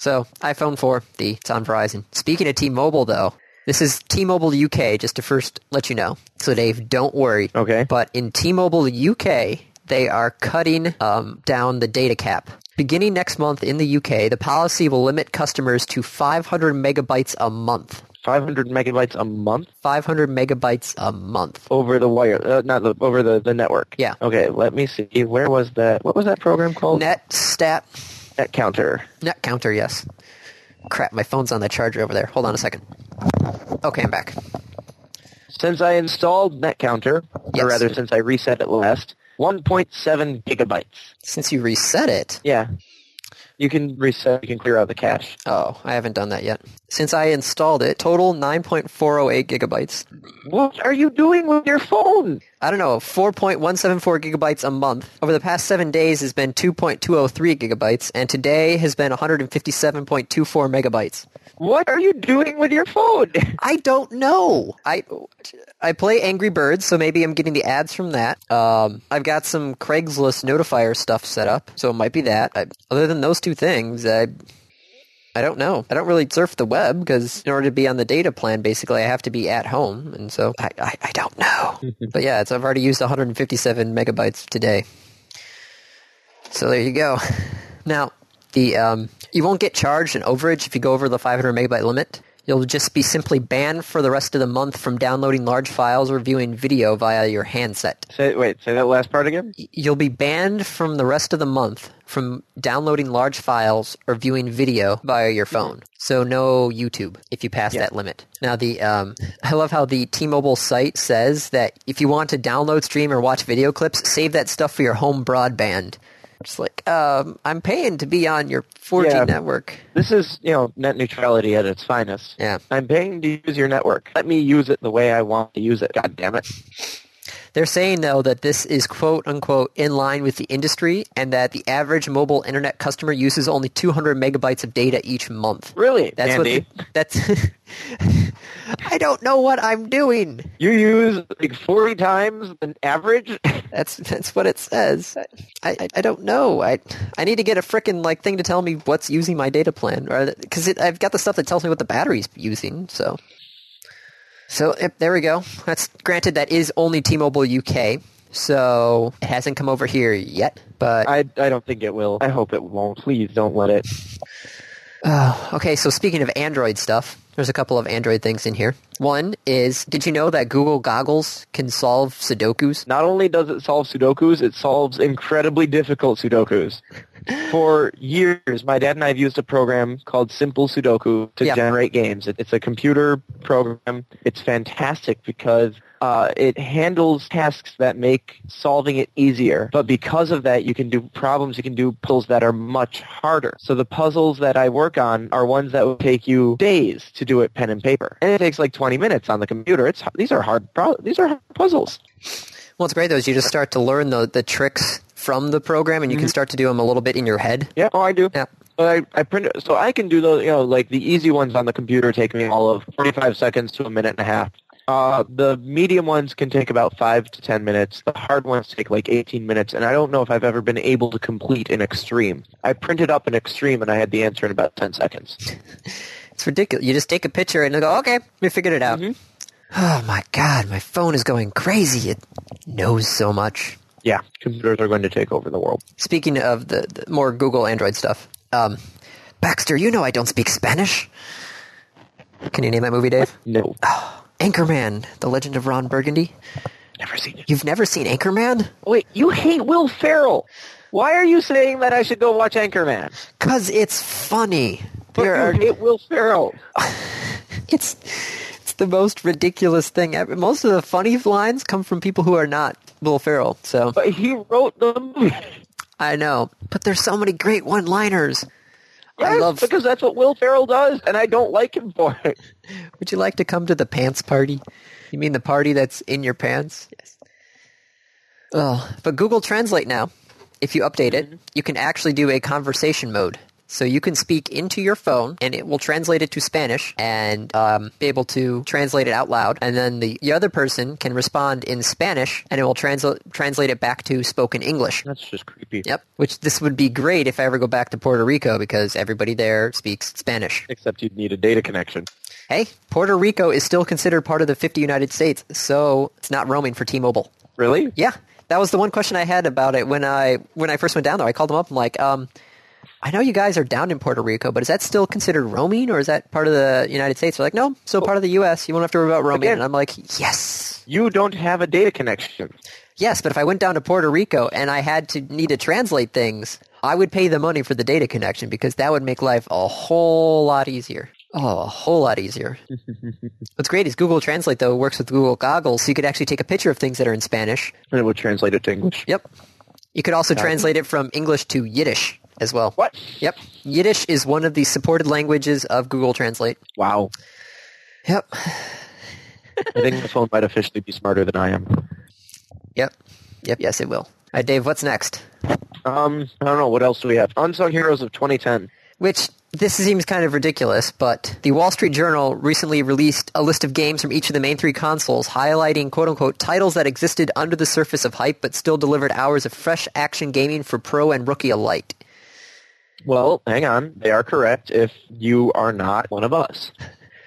[SPEAKER 1] So iPhone 4, the it's on Verizon. Speaking of T-Mobile, though, this is T-Mobile UK. Just to first let you know. So Dave, don't worry.
[SPEAKER 2] Okay.
[SPEAKER 1] But in T-Mobile UK, they are cutting um, down the data cap. Beginning next month in the UK, the policy will limit customers to 500 megabytes a month.
[SPEAKER 2] 500 megabytes a month
[SPEAKER 1] 500 megabytes a month.
[SPEAKER 2] over the wire, uh, not the, over the, the network.
[SPEAKER 1] Yeah.
[SPEAKER 2] Okay, let me see. Where was that? What was that program called?
[SPEAKER 1] Net stat,
[SPEAKER 2] Net counter.
[SPEAKER 1] net counter. Yes. Crap, my phone's on the charger over there. Hold on a second. Okay, I'm back.
[SPEAKER 2] Since I installed NetCounter,
[SPEAKER 1] Yes.
[SPEAKER 2] or rather since I reset it last, 1.7 gigabytes.
[SPEAKER 1] Since you reset it,
[SPEAKER 2] Yeah. You can reset, you can clear out the cache.
[SPEAKER 1] Oh, I haven't done that yet. Since I installed it, total 9.408 gigabytes.
[SPEAKER 2] What are you doing with your phone?
[SPEAKER 1] I don't know, 4.174 gigabytes a month. Over the past seven days has been 2.203 gigabytes, and today has been 157.24 megabytes.
[SPEAKER 2] What are you doing with your phone? <laughs>
[SPEAKER 1] I don't know. I I play Angry Birds, so maybe I'm getting the ads from that. Um, I've got some Craigslist notifier stuff set up, so it might be that. I, other than those two things, I I don't know. I don't really surf the web because in order to be on the data plan, basically, I have to be at home, and so I I, I don't know. but yeah, it's, I've already used 157 megabytes today. So there you go. Now, the um, you won't get charged an overage if you go over the 500 megabyte limit. You'll just be simply banned for the rest of the month from downloading large files or viewing video via your handset.
[SPEAKER 2] say, wait, say that last part again?
[SPEAKER 1] Y- You'll be banned from the rest of the month from downloading large files or viewing video via your phone. So no YouTube if you pass that limit. Now the um, <laughs> I love how the T-Mobile site says that if you want to download, stream, or watch video clips, save that stuff for your home broadband. It's like um, I'm paying to be on your 4G
[SPEAKER 2] Yeah.
[SPEAKER 1] network.
[SPEAKER 2] This is, you know, net neutrality at its finest.
[SPEAKER 1] Yeah.
[SPEAKER 2] I'm paying to use your network. Let me use it the way I want to use it. God damn it.
[SPEAKER 1] They're saying though that this is quote unquote in line with the industry, and that the average mobile internet customer uses only 200 megabytes of data each month.
[SPEAKER 2] Really?
[SPEAKER 1] That's
[SPEAKER 2] Andy,
[SPEAKER 1] what. The, that's. <laughs> I don't know what I'm doing.
[SPEAKER 2] you use like 40 times the average? <laughs>
[SPEAKER 1] That's that's what it says. I I, I don't know. I I need to get a frickin' like thing to tell me what's using my data plan, because I've got the stuff that tells me what the battery's using. So. So yep, there we go. That's granted. That is only T-Mobile UK, so it hasn't come over here yet. But
[SPEAKER 2] I, I don't think it will. I hope it won't. Please don't let it.
[SPEAKER 1] Oh, okay, so speaking of Android stuff, there's a couple of Android things in here. One is, did you know that Google Goggles can solve Sudokus?
[SPEAKER 2] Not only does it solve Sudokus, it solves incredibly difficult Sudokus. For years, my dad and I have used a program called Simple Sudoku to
[SPEAKER 1] Yeah.
[SPEAKER 2] generate games. It, it's a computer program. It's fantastic because uh, it handles tasks that make solving it easier. But because of that, you can do problems, you can do puzzles that are much harder. So the puzzles that I work on are ones that would take you days to do it pen and paper. And it takes like 20 minutes on the computer. It's, these are hard, pro- these are hard puzzles.
[SPEAKER 1] Well, what's great though is you just start to learn the, the tricks from the program and you can start to do them a little bit in your head.
[SPEAKER 2] Yeah, oh, I do.
[SPEAKER 1] Yeah.
[SPEAKER 2] But I, I print so I can do those. You know, like the easy ones on the computer take me all of forty-five seconds to a minute and a half. Uh, the medium ones can take about five to ten minutes. The hard ones take like 18 minutes, and I don't know if I've ever been able to complete an extreme. I printed up an extreme, and I had the answer in about 10 seconds.
[SPEAKER 1] It's ridiculous. You just take a picture and they go, okay, we figured it out. Oh my god, my phone is going crazy. It knows so much.
[SPEAKER 2] Yeah, computers are going to take over the world.
[SPEAKER 1] Speaking of the, the more Google Android stuff, um, Baxter, you know I don't speak Spanish. Can you name that movie, Dave? <gasps>
[SPEAKER 2] No,
[SPEAKER 1] Anchorman, The Legend of Ron Burgundy.
[SPEAKER 2] never seen it.
[SPEAKER 1] You've never seen Anchorman?
[SPEAKER 2] Wait, you hate Will Ferrell. Why are you saying that I should go watch Anchorman?
[SPEAKER 1] Cause it's funny.
[SPEAKER 2] But
[SPEAKER 1] There are-
[SPEAKER 2] you hate Will Ferrell.
[SPEAKER 1] it's it's the most ridiculous thing ever. Most of the funny lines come from people who are not Will Ferrell. So
[SPEAKER 2] But he wrote the movie.
[SPEAKER 1] I know, but there's so many great one-liners. I
[SPEAKER 2] Yes,
[SPEAKER 1] love.
[SPEAKER 2] because that's what Will Ferrell does, and I don't like him for it.
[SPEAKER 1] Would you like to come to the pants party? You mean the party that's in your pants? Yes. Oh, but Google Translate now, if you update it, you can actually do a conversation mode. So you can speak into your phone, and it will translate it to Spanish, and um, be able to translate it out loud. And then the, the other person can respond in Spanish, and it will translate translate it back to spoken English.
[SPEAKER 2] <laughs> That's just creepy.
[SPEAKER 1] Yep. Which this would be great if I ever go back to Puerto Rico because everybody there speaks Spanish.
[SPEAKER 2] Except you'd need a data connection.
[SPEAKER 1] Hey, Puerto Rico is still considered part of the 50 United States, so it's not roaming for T-Mobile.
[SPEAKER 2] Really?
[SPEAKER 1] Yeah, that was the one question I had about it when I when I first went down there. I called them up. I'm like, um, I know you guys are down in Puerto Rico, but is that still considered roaming, or is that part of the United States? They're like, no, still part of the U.S. You won't have to worry about roaming.
[SPEAKER 2] Again-
[SPEAKER 1] and I'm like, yes,
[SPEAKER 2] You don't have a data connection.
[SPEAKER 1] yes. But if I went down to Puerto Rico and I had to need to translate things, I would pay the money for the data connection because that would make life a whole lot easier. Oh, a whole lot easier. What's great is Google Translate though works with Google Goggles, so you could actually take a picture of things that are in Spanish.
[SPEAKER 2] And it would translate it to English.
[SPEAKER 1] Yep. You could also translate it from English to Yiddish as well.
[SPEAKER 2] What?
[SPEAKER 1] Yep. Yiddish is one of the supported languages of Google Translate.
[SPEAKER 2] Wow.
[SPEAKER 1] Yep.
[SPEAKER 2] I think this phone might officially be smarter than I am.
[SPEAKER 1] Yep. Yep. Yes, it will. All right, Dave. What's next?
[SPEAKER 2] Um, I don't know. What else do we have? Unsung Heroes of 2010.
[SPEAKER 1] Which this seems kind of ridiculous, but the Wall Street Journal recently released a list of games from each of the main three consoles, highlighting "quote unquote" titles that existed under the surface of hype, but still delivered hours of fresh action gaming for pro and rookie alike.
[SPEAKER 2] Well, hang on. They are correct if you are not one of us.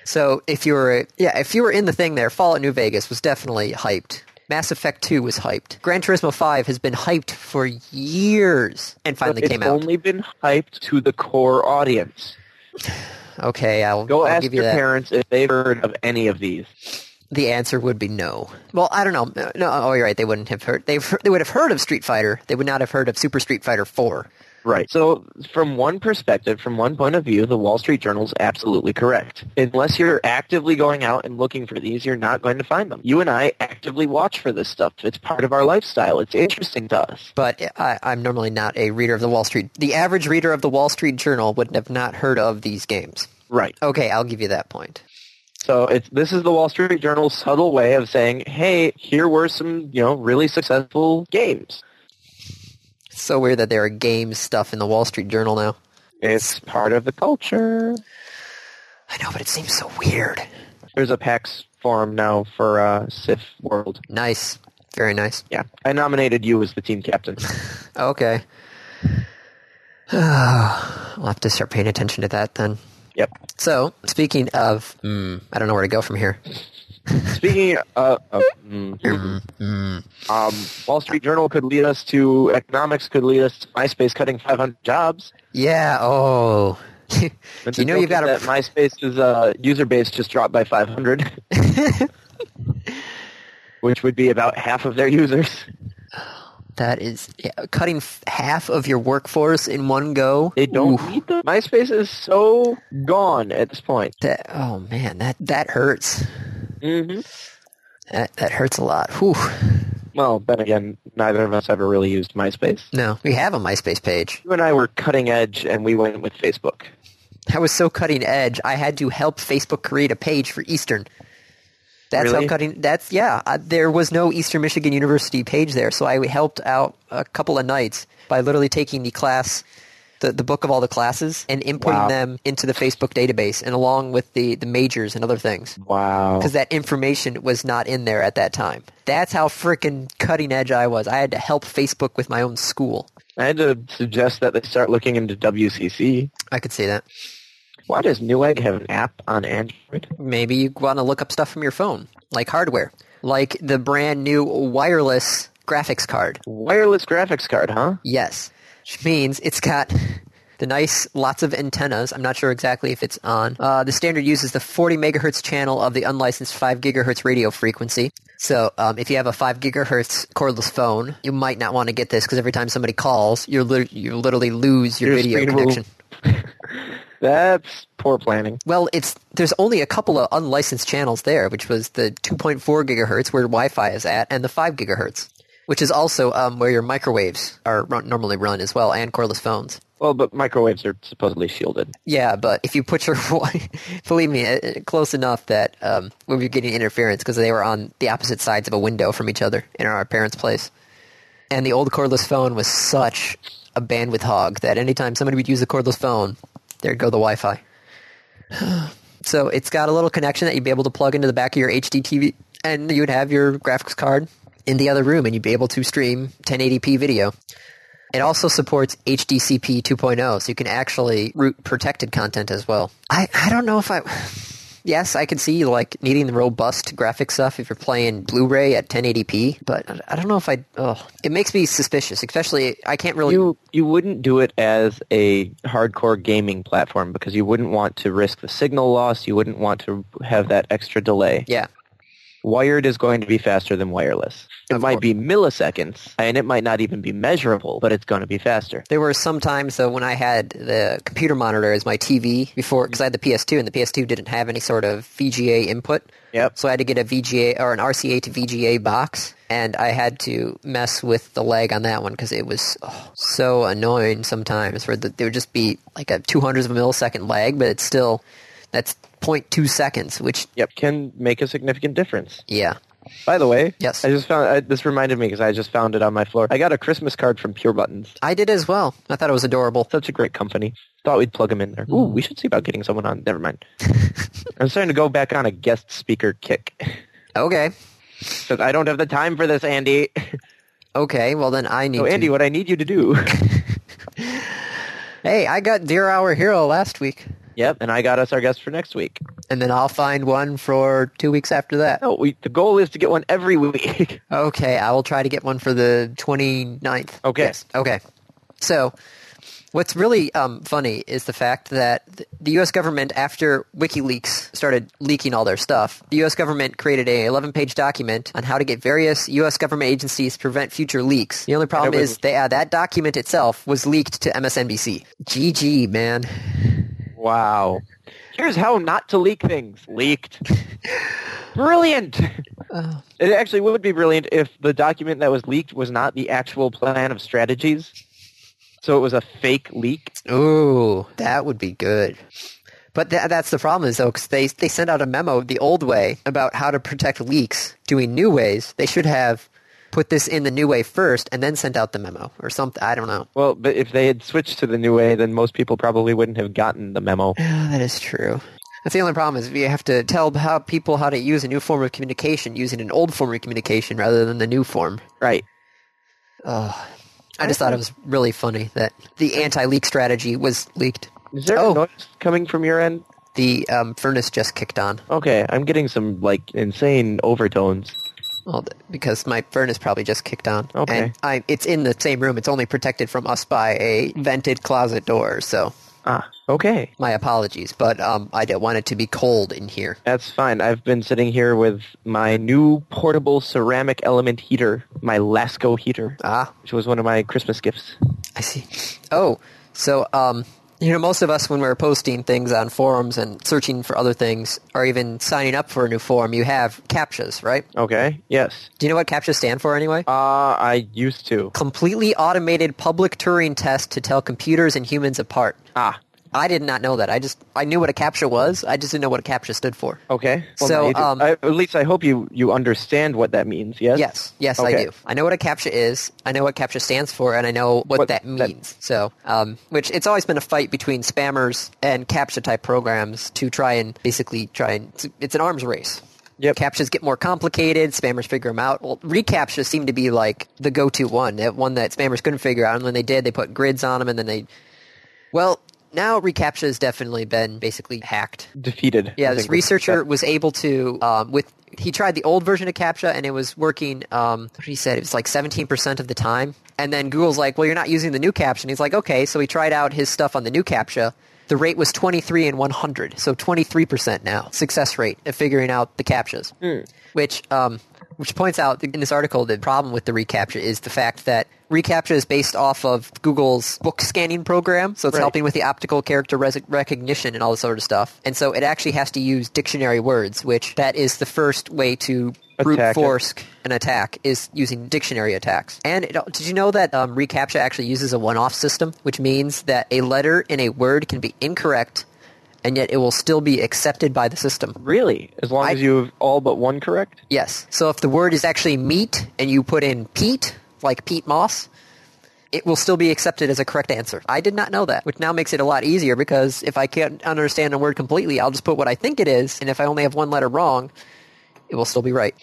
[SPEAKER 1] So if you were, yeah, if you were in the thing there, Fallout New Vegas was definitely hyped. Mass Effect 2 was hyped. Gran Turismo 5 has been hyped for years and finally
[SPEAKER 2] it's
[SPEAKER 1] came out.
[SPEAKER 2] only been hyped to the core audience.
[SPEAKER 1] okay, I'll,
[SPEAKER 2] Go
[SPEAKER 1] I'll
[SPEAKER 2] ask
[SPEAKER 1] give you
[SPEAKER 2] your
[SPEAKER 1] that.
[SPEAKER 2] parents if they've heard of any of these.
[SPEAKER 1] The answer would be no. Well, I don't know. No, oh, you're right. They wouldn't have heard. They they would have heard of Street Fighter. They would not have heard of Super Street Fighter 4.
[SPEAKER 2] Right. So from one perspective, from one point of view, the Wall Street Journal's absolutely correct. Unless you're actively going out and looking for these, you're not going to find them. You and I actively watch for this stuff. It's part of our lifestyle. It's interesting to us.
[SPEAKER 1] But I, I'm normally not a reader of the Wall Street. The average reader of the Wall Street Journal would have not heard of these games.
[SPEAKER 2] Right.
[SPEAKER 1] Okay, I'll give you that point.
[SPEAKER 2] So it's this is the Wall Street Journal's subtle way of saying, "Hey, here were some, you know, really successful games."
[SPEAKER 1] It's so weird that there are game stuff in the Wall Street Journal now.
[SPEAKER 2] It's part of the culture.
[SPEAKER 1] I know, but it seems so weird.
[SPEAKER 2] There's a PAX forum now for uh, Sif World.
[SPEAKER 1] Nice. Very nice.
[SPEAKER 2] Yeah, I nominated you as the team <laughs> captain.
[SPEAKER 1] Okay. <sighs> I'll have to start paying attention to that then.
[SPEAKER 2] yep.
[SPEAKER 1] So, speaking of, hmm, I don't know where to go from here.
[SPEAKER 2] Speaking of, of mm,
[SPEAKER 1] Mm-hmm.
[SPEAKER 2] um, Wall Street Journal could lead us to economics, could lead us to MySpace cutting 500 jobs.
[SPEAKER 1] Yeah.
[SPEAKER 2] <laughs>
[SPEAKER 1] Oh. Do
[SPEAKER 2] And
[SPEAKER 1] you
[SPEAKER 2] the
[SPEAKER 1] know
[SPEAKER 2] joke
[SPEAKER 1] you've got
[SPEAKER 2] is
[SPEAKER 1] a
[SPEAKER 2] that MySpace's uh, user base just dropped
[SPEAKER 1] <laughs>
[SPEAKER 2] by 500, which would be about half of their users.
[SPEAKER 1] that is yeah, cutting f- half of your workforce in one go.
[SPEAKER 2] They don't
[SPEAKER 1] Oof.
[SPEAKER 2] need them. MySpace is so gone at this point.
[SPEAKER 1] That, oh man, that that hurts. Mm-hmm.
[SPEAKER 2] hmm
[SPEAKER 1] That that hurts a lot. Whew.
[SPEAKER 2] Well, then again, neither of us ever really used MySpace.
[SPEAKER 1] No, we have a MySpace page.
[SPEAKER 2] You and I were cutting edge, and we went with Facebook.
[SPEAKER 1] That was so cutting edge. I had to help Facebook create a page for Eastern. That's
[SPEAKER 2] Really?
[SPEAKER 1] how cutting. That's yeah. I, there was no Eastern Michigan University page there, so I helped out a couple of nights by literally taking the class the, the book of all the classes and importing
[SPEAKER 2] Wow.
[SPEAKER 1] them into the Facebook database and along with the, the majors and other things
[SPEAKER 2] Wow.
[SPEAKER 1] because that information was not in there at that time. That's how freaking cutting edge I was. I had to help Facebook with my own school.
[SPEAKER 2] I had to suggest that they start looking into WCC.
[SPEAKER 1] I could see that.
[SPEAKER 2] Why does Newegg have an app on Android?
[SPEAKER 1] Maybe you want to look up stuff from your phone, like hardware, like the brand new wireless graphics card.
[SPEAKER 2] Wireless graphics card, huh?
[SPEAKER 1] Yes, which means it's got the nice lots of antennas. I'm not sure exactly if it's on. Uh, the standard uses the 40 megahertz channel of the unlicensed 5 gigahertz radio frequency. So um, if you have a 5 gigahertz cordless phone, you might not want to get this because every time somebody calls, you're lit- you literally lose your,
[SPEAKER 2] Your
[SPEAKER 1] video
[SPEAKER 2] screen will-
[SPEAKER 1] connection.
[SPEAKER 2] That's poor planning.
[SPEAKER 1] Well, it's there's only a couple of unlicensed channels there, which was the 2.4 gigahertz where Wi-Fi is at, and the 5 gigahertz, which is also um, where your microwaves are run, normally run as well, and cordless phones.
[SPEAKER 2] Well, but microwaves are supposedly shielded.
[SPEAKER 1] Yeah, but if you put your <laughs> believe me, uh, uh, close enough that um, we were getting interference because they were on the opposite sides of a window from each other in our parents' place. And the old cordless phone was such a bandwidth hog that anytime somebody would use a cordless phone, there'd go the Wi-Fi. so it's got a little connection that you'd be able to plug into the back of your HD TV, and you'd have your graphics card in the other room, and you'd be able to stream 1080p video. It also supports HDCP 2.0, oh, so you can actually route protected content as well. I, I don't know if I. Yes, I can see like needing the robust graphic stuff if you're playing Blu-ray at 1080p, but I- I don't know if I. Oh, it makes me suspicious, especially I can't really.
[SPEAKER 2] You you wouldn't do it as a hardcore gaming platform because you wouldn't want to risk the signal loss. You wouldn't want to have that extra delay.
[SPEAKER 1] yeah,
[SPEAKER 2] Wired is going to be faster than wireless. It
[SPEAKER 1] Of
[SPEAKER 2] might
[SPEAKER 1] course.
[SPEAKER 2] be milliseconds, and it might not even be measurable, but it's going to be faster.
[SPEAKER 1] there were some times though when I had the computer monitor as my TV before because I had the PS2 and the PS2 didn't have any sort of VGA input.
[SPEAKER 2] Yep.
[SPEAKER 1] So I had to get a VGA or an RCA to VGA box, and I had to mess with the lag on that one because it was oh, so annoying sometimes. Where the, there would just be like a two hundredths of a millisecond lag, but it's still that's 0.2 seconds, which
[SPEAKER 2] Yep, can make a significant difference.
[SPEAKER 1] yeah,
[SPEAKER 2] By the way,
[SPEAKER 1] Yes.
[SPEAKER 2] I just found I, this reminded me because I just found it on my floor. I got a Christmas card from Pure Buttons.
[SPEAKER 1] I did as well. I thought it was adorable.
[SPEAKER 2] Such a great company. Thought we'd plug them in there. Ooh, we should see about getting someone on. Never mind. I'm starting to go back on a guest speaker kick. <laughs>
[SPEAKER 1] Okay,
[SPEAKER 2] Because I don't have the time for this, Andy. <laughs>
[SPEAKER 1] okay. Well then I need.
[SPEAKER 2] So,
[SPEAKER 1] to-
[SPEAKER 2] Oh, Andy, what I need you to do.
[SPEAKER 1] Hey, I got Dear Hour Hero last week,
[SPEAKER 2] yep, and I got us our guest for next week.
[SPEAKER 1] and then I'll find one for two weeks after that.
[SPEAKER 2] No, we, the goal is to get one every week. <laughs>
[SPEAKER 1] Okay, I will try to get one for the 29th.
[SPEAKER 2] Okay.
[SPEAKER 1] Yes. Okay. So, what's really um, funny is the fact that th- the U.S. government, after WikiLeaks started leaking all their stuff, the U.S. government created a 11-page document on how to get various U.S. government agencies to prevent future leaks. The only problem
[SPEAKER 2] was-
[SPEAKER 1] is they, uh, that document itself was leaked to MSNBC. GG, man.
[SPEAKER 2] Wow. Here's how not to leak things. Leaked. brilliant. It actually would be brilliant if the document that was leaked was not the actual plan of strategies. So it was a fake leak.
[SPEAKER 1] Ooh, that would be good. But tha that's the problem is though, 'cause they they sent out a memo the old way about how to protect leaks doing new ways. They should have put this in the new way first and then sent out the memo or something. I don't know.
[SPEAKER 2] Well, but if they had switched to the new way, then most people probably wouldn't have gotten the memo.
[SPEAKER 1] <sighs> Yeah, that is true. That's the only problem is we have to tell how people how to use a new form of communication using an old form of communication rather than the new form.
[SPEAKER 2] Right.
[SPEAKER 1] I just thought it was really funny that the anti-leak strategy was leaked.
[SPEAKER 2] Is there
[SPEAKER 1] Oh.
[SPEAKER 2] a noise coming from your end?
[SPEAKER 1] The um, furnace just kicked on.
[SPEAKER 2] Okay, I'm getting some like insane overtones.
[SPEAKER 1] Well, th- because my furnace probably just kicked on.
[SPEAKER 2] Okay.
[SPEAKER 1] And I, it's in the same room. It's only protected from us by a vented closet door. So
[SPEAKER 2] Ah, okay.
[SPEAKER 1] my apologies, but um, I don't want it to be cold in here.
[SPEAKER 2] That's fine. I've been sitting here with my new portable ceramic element heater, my Lasco heater.
[SPEAKER 1] Ah,
[SPEAKER 2] which was one of my Christmas gifts.
[SPEAKER 1] I see. Oh, so um, you know, most of us when we're posting things on forums and searching for other things, or even signing up for a new forum, you have captchas, right?
[SPEAKER 2] Okay. Yes.
[SPEAKER 1] Do you know what captchas stand for anyway?
[SPEAKER 2] Uh, I used to.
[SPEAKER 1] Completely automated public Turing test to tell computers and humans apart.
[SPEAKER 2] Ah,
[SPEAKER 1] I did not know that. I just I knew what a captcha was. I just didn't know what a captcha stood for.
[SPEAKER 2] Okay.
[SPEAKER 1] So,
[SPEAKER 2] neither-
[SPEAKER 1] um,
[SPEAKER 2] I, at least I hope you, you understand what that means. Yes.
[SPEAKER 1] Yes, yes, I
[SPEAKER 2] Okay.
[SPEAKER 1] do. I know what a captcha is. I know what captcha stands for, and I know what,
[SPEAKER 2] What
[SPEAKER 1] that
[SPEAKER 2] that-
[SPEAKER 1] means. So, um, which it's always been a fight between spammers and captcha type programs to try and basically try and it's, it's an arms race.
[SPEAKER 2] Yep.
[SPEAKER 1] Captchas get more complicated. Spammers figure them out. Well, recaptchas seem to be like the go-to one, that one that spammers couldn't figure out, and when they did, they put grids on them, and then they. Well, now recaptcha has definitely been basically hacked.
[SPEAKER 2] Defeated.
[SPEAKER 1] Yeah,
[SPEAKER 2] I
[SPEAKER 1] this
[SPEAKER 2] think was-
[SPEAKER 1] researcher was able to um, with he tried the old version of CAPTCHA and it was working. Um, what he said it was like seventeen percent of the time. And then Google's like, "Well, you're not using the new CAPTCHA." And he's like, "Okay." So he tried out his stuff on the new CAPTCHA. The rate was twenty three and one hundred, so twenty three percent now success rate of figuring out the CAPTCHAs, which um, which points out in this article the problem with the recaptcha is the fact that recaptcha is based off of Google's book scanning program, so it's
[SPEAKER 2] Right.
[SPEAKER 1] helping with the optical character res- recognition and all this sort of stuff. And so it actually has to use dictionary words, which that is the first way to brute
[SPEAKER 2] Attack it.
[SPEAKER 1] force an attack is using dictionary attacks. And it, did you know that um, recaptcha actually uses a one-off system, which means that a letter in a word can be incorrect, and yet it will still be accepted by the system.
[SPEAKER 2] Really? As long
[SPEAKER 1] I-
[SPEAKER 2] as you have all but one correct?
[SPEAKER 1] Yes. So if the word is actually meat and you put in Pete, like Pete Moss, it will still be accepted as a correct answer. I did not know that, which now makes it a lot easier because if I can't understand a word completely, I'll just put what I think it is, and if I only have one letter wrong, it will still be right.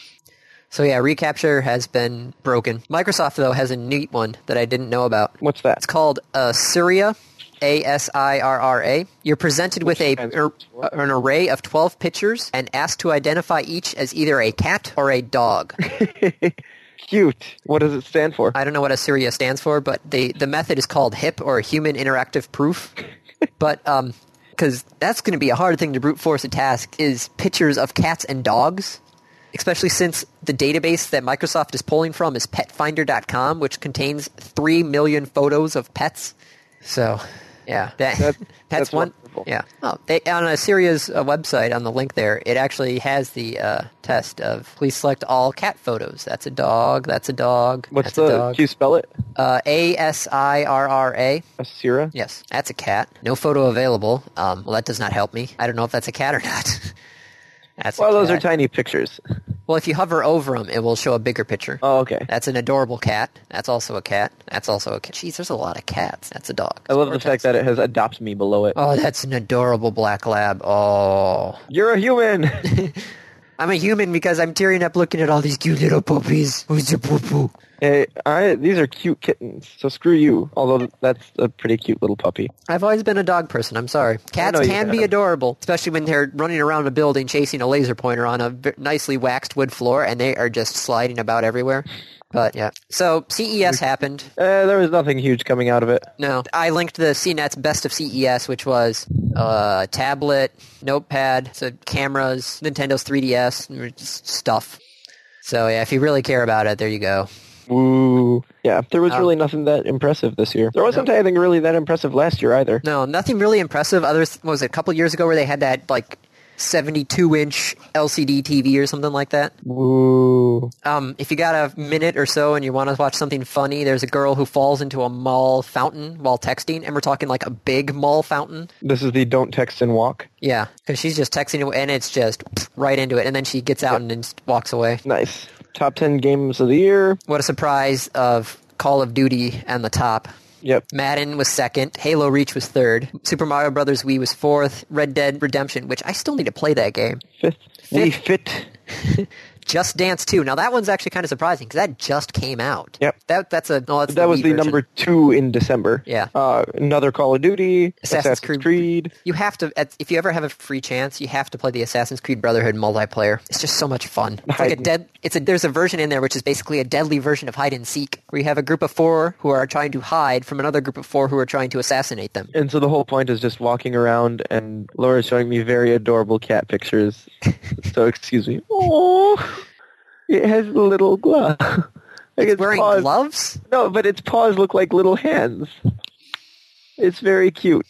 [SPEAKER 1] So yeah, recapture has been broken. Microsoft though has a neat one that I didn't know about.
[SPEAKER 2] What's that?
[SPEAKER 1] It's called uh, Syria, A S I R R A. You're presented with a, er,
[SPEAKER 2] translates to what?
[SPEAKER 1] an array of 12 pictures and asked to identify each as either a cat or a dog.
[SPEAKER 2] Cute. What does it stand for?
[SPEAKER 1] I don't know what Assyria stands for, but the, the method is called HIP or Human Interactive
[SPEAKER 2] <laughs>
[SPEAKER 1] Proof. but um 'cause because that's going to be a hard thing to brute force a task is pictures of cats and dogs, especially since the database that Microsoft is pulling from is PetFinder.com, which contains three million photos of pets. So, yeah, that,
[SPEAKER 2] That-
[SPEAKER 1] <laughs> pets
[SPEAKER 2] that's
[SPEAKER 1] one.
[SPEAKER 2] wonderful.
[SPEAKER 1] Yeah, oh, they, on Assyria's uh, website on the link there, it actually has the uh, test of please select all cat photos. That's a dog. That's a dog.
[SPEAKER 2] What's
[SPEAKER 1] That's a
[SPEAKER 2] the?
[SPEAKER 1] dog.
[SPEAKER 2] Can you spell it?
[SPEAKER 1] Uh, A S I R R A.
[SPEAKER 2] Asira.
[SPEAKER 1] Yes, that's a cat. No photo available. Um, well, that does not help me. I don't know if that's a cat or not. <laughs> that's a
[SPEAKER 2] Well, those are
[SPEAKER 1] cat.
[SPEAKER 2] tiny pictures.
[SPEAKER 1] well, if you hover over them, it will show a bigger picture.
[SPEAKER 2] Oh, okay.
[SPEAKER 1] That's an adorable cat. That's also a cat. That's also a cat. Jeez, there's a lot of cats. That's a dog.
[SPEAKER 2] I love the fact that it has adopt me below it.
[SPEAKER 1] Oh, that's an adorable black lab. Oh.
[SPEAKER 2] You're a
[SPEAKER 1] <laughs>
[SPEAKER 2] human.
[SPEAKER 1] I'm a human because I'm tearing up looking at all these cute little puppies. Who's your poo poo?
[SPEAKER 2] hey, I, these are cute kittens. So screw you. Although that's a pretty cute little puppy.
[SPEAKER 1] I've always been a dog person. I'm sorry. Cats
[SPEAKER 2] know you
[SPEAKER 1] can be
[SPEAKER 2] have.
[SPEAKER 1] adorable, especially when they're running around a building chasing a laser pointer on a v- nicely waxed wood floor, and they are just sliding about everywhere. But yeah, so CES happened.
[SPEAKER 2] Eh, there was nothing huge coming out of it.
[SPEAKER 1] No, I linked the CNET's best of CES, which was uh, tablet, notepad, so cameras, Nintendo's 3DS, and just stuff. So yeah, if you really care about it, there you go.
[SPEAKER 2] Woo. Yeah, there was
[SPEAKER 1] Um,
[SPEAKER 2] really nothing that impressive this year. There wasn't anything really that impressive last year either.
[SPEAKER 1] No, nothing really impressive. Other th- what was it a couple years ago where they had that like seventy-two inch LCD TV or something like that.
[SPEAKER 2] Woo.
[SPEAKER 1] Um, if you got a minute or so and you want to watch something funny, there's a girl who falls into a mall fountain while texting, and we're talking like a big mall fountain.
[SPEAKER 2] This is the don't text and walk.
[SPEAKER 1] Yeah, because she's just texting away, and it's just right into it, and then she gets out and then just walks away.
[SPEAKER 2] Nice. Top 10 games of the year.
[SPEAKER 1] What a surprise of Call of Duty and the top.
[SPEAKER 2] Yep.
[SPEAKER 1] Madden was second. Halo Reach was third. Super Mario Brothers Wii was fourth. Red Dead Redemption, which I still need to play that game.
[SPEAKER 2] Fifth. We fit.
[SPEAKER 1] Just Dance 2. Now that one's actually kind of surprising because that just came out.
[SPEAKER 2] Yep.
[SPEAKER 1] That that's a no, that's
[SPEAKER 2] That was
[SPEAKER 1] Wii
[SPEAKER 2] the
[SPEAKER 1] version.
[SPEAKER 2] number two in December.
[SPEAKER 1] Yeah.
[SPEAKER 2] Uh, another Call of Duty.
[SPEAKER 1] Assassin's
[SPEAKER 2] Assassin's,
[SPEAKER 1] Creed.
[SPEAKER 2] Creed.
[SPEAKER 1] You have to at- if you ever have a free chance, you have to play the Assassin's Creed Brotherhood multiplayer. It's just so much fun. It's like a
[SPEAKER 2] Hide-
[SPEAKER 1] dead. It's a there's a version in there which is basically a deadly version of hide and seek, where you have a group of four who are trying to hide from another group of four who are trying to assassinate them.
[SPEAKER 2] And so the whole point is just walking around, and Laura's showing me very adorable cat pictures.
[SPEAKER 1] <laughs>
[SPEAKER 2] so excuse me. Oh, it has a little <laughs> glove. Like its
[SPEAKER 1] Wearing
[SPEAKER 2] paws-
[SPEAKER 1] gloves.
[SPEAKER 2] No, but its paws look like little hands. It's very cute.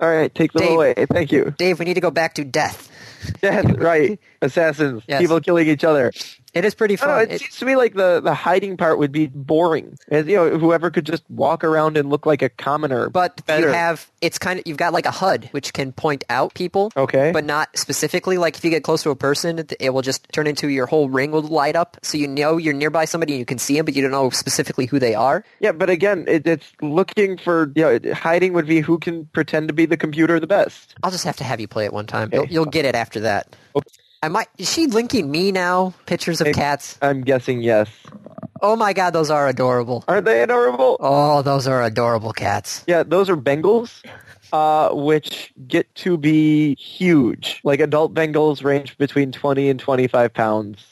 [SPEAKER 2] All right, take them
[SPEAKER 1] Dave.
[SPEAKER 2] away. Thank you.
[SPEAKER 1] Dave, we need to go back to death. <laughs>
[SPEAKER 2] Death, right? Assassins,
[SPEAKER 1] Yes.
[SPEAKER 2] people killing each other.
[SPEAKER 1] It is pretty
[SPEAKER 2] I
[SPEAKER 1] fun.
[SPEAKER 2] don't know, it,
[SPEAKER 1] It-
[SPEAKER 2] seems to me like the, the hiding part would be boring. As you know, whoever could just walk around and look like a commoner.
[SPEAKER 1] but
[SPEAKER 2] better.
[SPEAKER 1] you have it's kind of you've got like a HUD which can point out people,
[SPEAKER 2] Okay.
[SPEAKER 1] but not specifically. Like if you get close to a person, it- it will just turn into your whole ring will light up, so you know you're nearby somebody and you can see them, but you don't know specifically who they are.
[SPEAKER 2] yeah, but again, it, it's looking for you know, it- hiding would be who can pretend to be the computer the best.
[SPEAKER 1] I'll just have to have you play it one time.
[SPEAKER 2] Okay.
[SPEAKER 1] You'll, you'll get it after that.
[SPEAKER 2] Okay.
[SPEAKER 1] I might. Is she linking me now? Pictures of
[SPEAKER 2] Hey.
[SPEAKER 1] cats.
[SPEAKER 2] I'm guessing yes.
[SPEAKER 1] Oh my god, those are adorable.
[SPEAKER 2] Aren't they adorable?
[SPEAKER 1] Oh, those are adorable cats.
[SPEAKER 2] Yeah, those are Bengals, uh, which get to be huge. Like adult Bengals range between 20 and 25 pounds.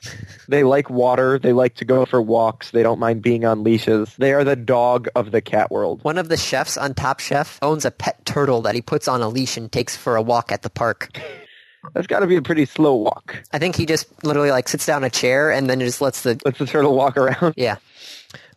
[SPEAKER 2] They like water. They like to go for walks. They don't mind being on leashes. They are the dog of the cat world.
[SPEAKER 1] One of the chefs on Top Chef owns a pet turtle that he puts on a leash and takes for a walk at the park.
[SPEAKER 2] That's got to be a pretty slow walk.
[SPEAKER 1] I think he just literally like sits down in a chair and then just lets the
[SPEAKER 2] Let's the turtle walk around.
[SPEAKER 1] yeah.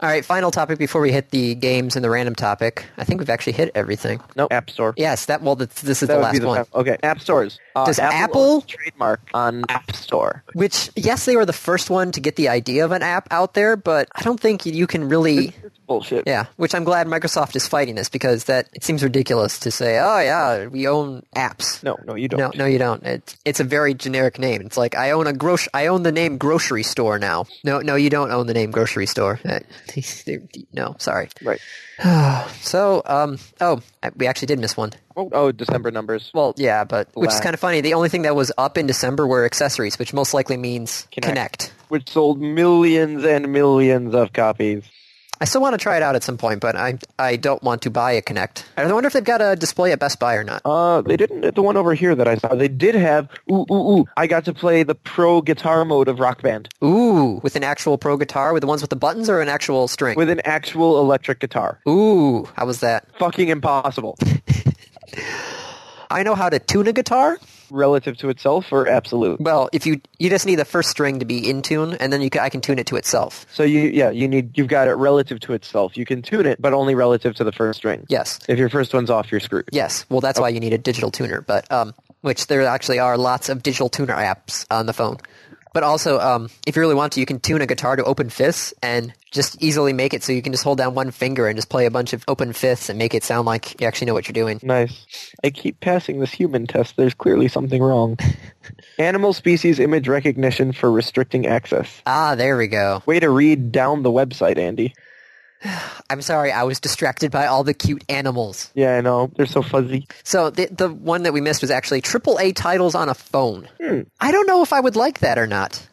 [SPEAKER 1] All right, final topic before we hit the games and the random topic. I think we've actually hit everything.
[SPEAKER 2] No, App Store.
[SPEAKER 1] Yes, that well, th- this is
[SPEAKER 2] That
[SPEAKER 1] the
[SPEAKER 2] would
[SPEAKER 1] last
[SPEAKER 2] be the
[SPEAKER 1] one.
[SPEAKER 2] time. Okay, App Stores. Uh,
[SPEAKER 1] Does Apple-
[SPEAKER 2] owns trademark on App Store?
[SPEAKER 1] Which, yes, they were the first one to get the idea of an app out there, but I don't think you can really.
[SPEAKER 2] It's bullshit.
[SPEAKER 1] Yeah, which I'm glad Microsoft is fighting this because that it seems ridiculous to say, oh yeah, we own apps.
[SPEAKER 2] No, no, you don't.
[SPEAKER 1] No, no, you don't. It's it's a very generic name. It's like I own a gro- I own the name grocery store now. No, no, you don't own the name grocery store. <laughs> Uh, no, sorry.
[SPEAKER 2] Right.
[SPEAKER 1] So, um, oh, I- we actually did miss one.
[SPEAKER 2] Oh, oh, December numbers.
[SPEAKER 1] Well, yeah, but which is
[SPEAKER 2] Lack.
[SPEAKER 1] kind of funny. The only thing that was up in December were accessories, which most likely means
[SPEAKER 2] Connect.
[SPEAKER 1] connect.
[SPEAKER 2] Which sold millions and millions of copies.
[SPEAKER 1] I still want to try it out at some point, but I I don't want to buy a Connect. I wonder if they've got a display at Best Buy or not.
[SPEAKER 2] Uh, they didn't at the one over here that I saw. They did have ooh ooh ooh. I got to play the pro guitar mode of Rock Band
[SPEAKER 1] Ooh, with an actual pro guitar, with the ones with the buttons or an actual string.
[SPEAKER 2] with an actual electric guitar.
[SPEAKER 1] Ooh, how was that?
[SPEAKER 2] Fucking <laughs> impossible,
[SPEAKER 1] I know how to tune a guitar.
[SPEAKER 2] relative to itself or absolute.
[SPEAKER 1] Well, if you you just need the first string to be in tune, and then you can, I can tune it to itself.
[SPEAKER 2] So you yeah you need you've got it relative to itself. You can tune it, but only relative to the first string.
[SPEAKER 1] Yes,
[SPEAKER 2] If your first one's off, you're screwed.
[SPEAKER 1] yes. Well, that's why you need a digital tuner, but um, which there actually are lots of digital tuner apps on the phone. But also, um, if you really want to, you can tune a guitar to open fifths and just easily make it so you can just hold down one finger and just play a bunch of open fifths and make it sound like you actually know what you're doing.
[SPEAKER 2] Nice. I keep passing this human test. There's clearly something
[SPEAKER 1] <laughs>
[SPEAKER 2] wrong. Animal species image recognition for restricting access.
[SPEAKER 1] Ah, there we go.
[SPEAKER 2] Way to read down the website, Andy.
[SPEAKER 1] I'm sorry, I was distracted by all the cute animals.
[SPEAKER 2] Yeah, I know. They're so fuzzy.
[SPEAKER 1] So the the one that we missed was actually AAA titles on a phone.
[SPEAKER 2] Hmm.
[SPEAKER 1] I don't know if I would like that or not.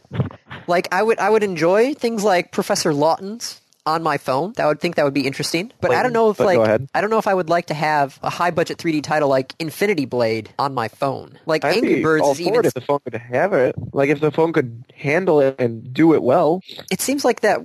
[SPEAKER 1] Like I would I would enjoy things like Professor Lawton's on my phone. I would think that would be interesting. But I don't know if
[SPEAKER 2] but go
[SPEAKER 1] like
[SPEAKER 2] ahead.
[SPEAKER 1] I don't know if I would like to have a high budget 3D title like Infinity Blade on my phone. Like
[SPEAKER 2] I'd
[SPEAKER 1] Angry
[SPEAKER 2] be
[SPEAKER 1] Birds
[SPEAKER 2] all
[SPEAKER 1] is
[SPEAKER 2] for
[SPEAKER 1] even
[SPEAKER 2] it if the phone could have it. Like if the phone could handle it and do it well.
[SPEAKER 1] it seems like that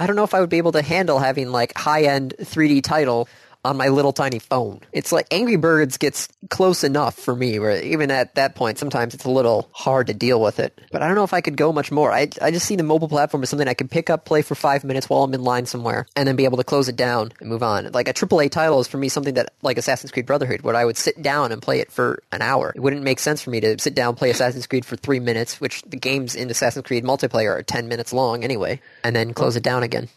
[SPEAKER 1] I don't know if I would be able to handle having like high end 3D title on my little tiny phone. It's like Angry Birds gets close enough for me where even at that point sometimes it's a little hard to deal with it. But I don't know if I could go much more. I I just see the mobile platform as something I could pick up, play for 5 minutes while I'm in line somewhere and then be able to close it down and move on. Like a AAA title is for me something that like Assassin's Creed Brotherhood where I would sit down and play it for an hour. It wouldn't make sense for me to sit down play Assassin's Creed for 3 minutes, which the games in Assassin's Creed multiplayer are 10 minutes long anyway, and then close it down again.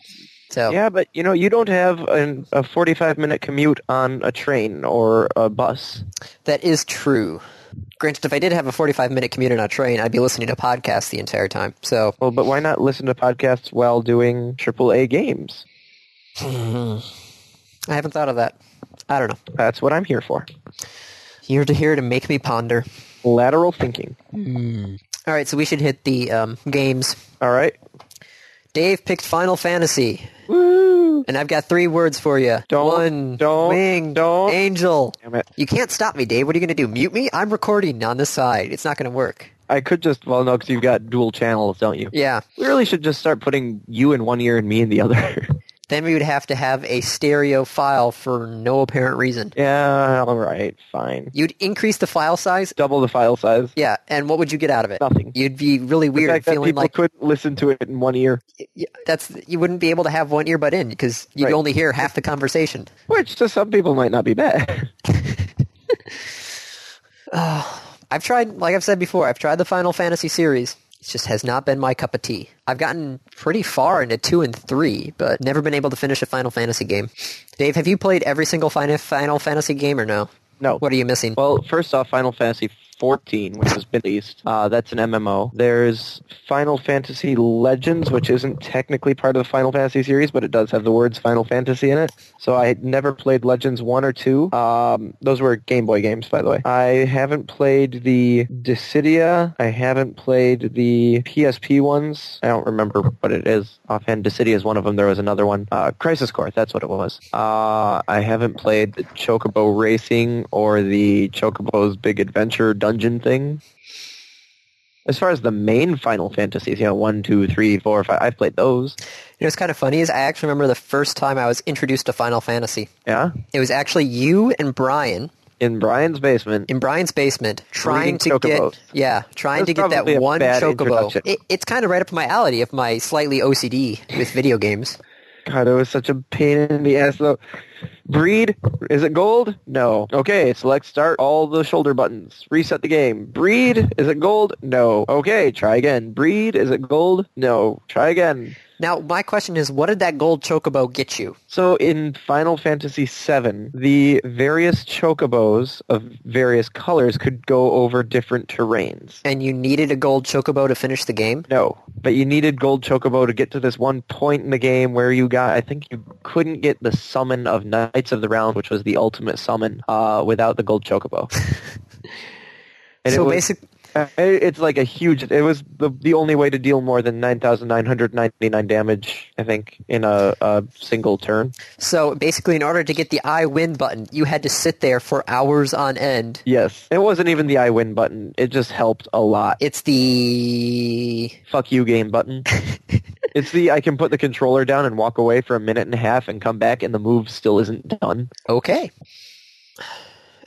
[SPEAKER 1] So
[SPEAKER 2] Yeah, but you know, you don't have an, a 45 minute commute on a train or a bus.
[SPEAKER 1] That is true. Granted, if I did have a 45 minute commute on a train, I'd be listening to podcasts the entire time. So,
[SPEAKER 2] Well, but why not listen to podcasts while doing AAA games?
[SPEAKER 1] I haven't thought of that. I don't know.
[SPEAKER 2] That's what I'm here for.
[SPEAKER 1] You're to here to make me ponder.
[SPEAKER 2] Lateral thinking.
[SPEAKER 1] All right, so we should hit the um, games.
[SPEAKER 2] All right.
[SPEAKER 1] Dave picked Final Fantasy,
[SPEAKER 2] Woo!
[SPEAKER 1] and I've got three words for you.
[SPEAKER 2] Don't,
[SPEAKER 1] One,
[SPEAKER 2] don't,
[SPEAKER 1] wing,
[SPEAKER 2] don't.
[SPEAKER 1] angel.
[SPEAKER 2] Damn it.
[SPEAKER 1] You can't stop me, Dave. What are you going to do? Mute me? I'm recording on the side. It's not going to work.
[SPEAKER 2] I could just, well, no, because you've got dual channels, don't you?
[SPEAKER 1] Yeah.
[SPEAKER 2] We really should just start putting you in one ear and me in the other. <laughs>
[SPEAKER 1] Then we would have to have a stereo file for no apparent reason.
[SPEAKER 2] yeah, all right, fine.
[SPEAKER 1] You'd increase the file size
[SPEAKER 2] Double the file size.
[SPEAKER 1] Yeah, and what would you get out of it?
[SPEAKER 2] Nothing.
[SPEAKER 1] You'd be really
[SPEAKER 2] The
[SPEAKER 1] weird
[SPEAKER 2] fact that people
[SPEAKER 1] feeling like
[SPEAKER 2] couldn't listen to it in one ear,
[SPEAKER 1] y- that's you wouldn't be able to have one earbud in because you'd
[SPEAKER 2] Right.
[SPEAKER 1] only hear half the conversation.
[SPEAKER 2] which to some people might not be bad. <laughs>
[SPEAKER 1] I've tried, like I've said before, I've tried the Final Fantasy series. It just has not been my cup of tea. I've gotten pretty far into two and three, but never been able to finish a Final Fantasy game. Dave, have you played every single Fin- Final Fantasy game or no?
[SPEAKER 2] No.
[SPEAKER 1] What are you missing?
[SPEAKER 2] Well, first off, Final Fantasy 14, which has been released, uh, that's an MMO. There's Final Fantasy Legends, which isn't technically part of the Final Fantasy series, but it does have the words Final Fantasy in it. So I had never played Legends 1 or 2. Um, those were Game Boy games, by the way. I haven't played the Dissidia. I haven't played the PSP ones. I don't remember what it is offhand. Dissidia is one of them. There was another one. Uh, Crisis Core, that's what it was. Uh, I haven't played the Chocobo Racing or the Chocobo's Big Adventure dungeon thing. As far as the main Final Fantasies, you know, one, two, three, four, five, I've played those.
[SPEAKER 1] You know what's kind of funny is I actually remember the first time I was introduced to Final Fantasy.
[SPEAKER 2] Yeah.
[SPEAKER 1] It was actually you and Brian
[SPEAKER 2] In Brian's basement.
[SPEAKER 1] in Brian's basement trying
[SPEAKER 2] Breeding
[SPEAKER 1] to
[SPEAKER 2] chocobos.
[SPEAKER 1] get yeah, trying
[SPEAKER 2] That's
[SPEAKER 1] to get that
[SPEAKER 2] probably a
[SPEAKER 1] one
[SPEAKER 2] bad
[SPEAKER 1] chocobo.
[SPEAKER 2] introduction.
[SPEAKER 1] It, it's kind of right up my alley of my slightly OCD with video games.
[SPEAKER 2] God, it was such a pain in the ass though. Breed, is it gold? No. Okay, select start all the shoulder buttons. Reset the game. Breed, is it gold? No. Okay, try again. Breed, is it gold? No. Try again.
[SPEAKER 1] Now, my question is, what did that gold chocobo get you?
[SPEAKER 2] So in Final Fantasy VII, the various chocobos of various colors could go over different terrains.
[SPEAKER 1] And you needed a gold chocobo to finish the game?
[SPEAKER 2] No, but you needed Gold Chocobo to get to this one point in the game where you got, I think you couldn't get the summon of Knights of the Round, which was the ultimate summon, uh, without the Gold Chocobo. And
[SPEAKER 1] so
[SPEAKER 2] it was-
[SPEAKER 1] basic,
[SPEAKER 2] uh, it- it's like a huge, it was the, the only way to deal more than 9,999 damage, I think, in a, a single turn.
[SPEAKER 1] so basically, in order to get the I win button, you had to sit there for hours on end.
[SPEAKER 2] Yes. It wasn't even the I win button. It just helped a lot.
[SPEAKER 1] It's the
[SPEAKER 2] fuck you game button. it's the I can put the controller down and walk away for a minute and a half and come back and the move still isn't done.
[SPEAKER 1] okay.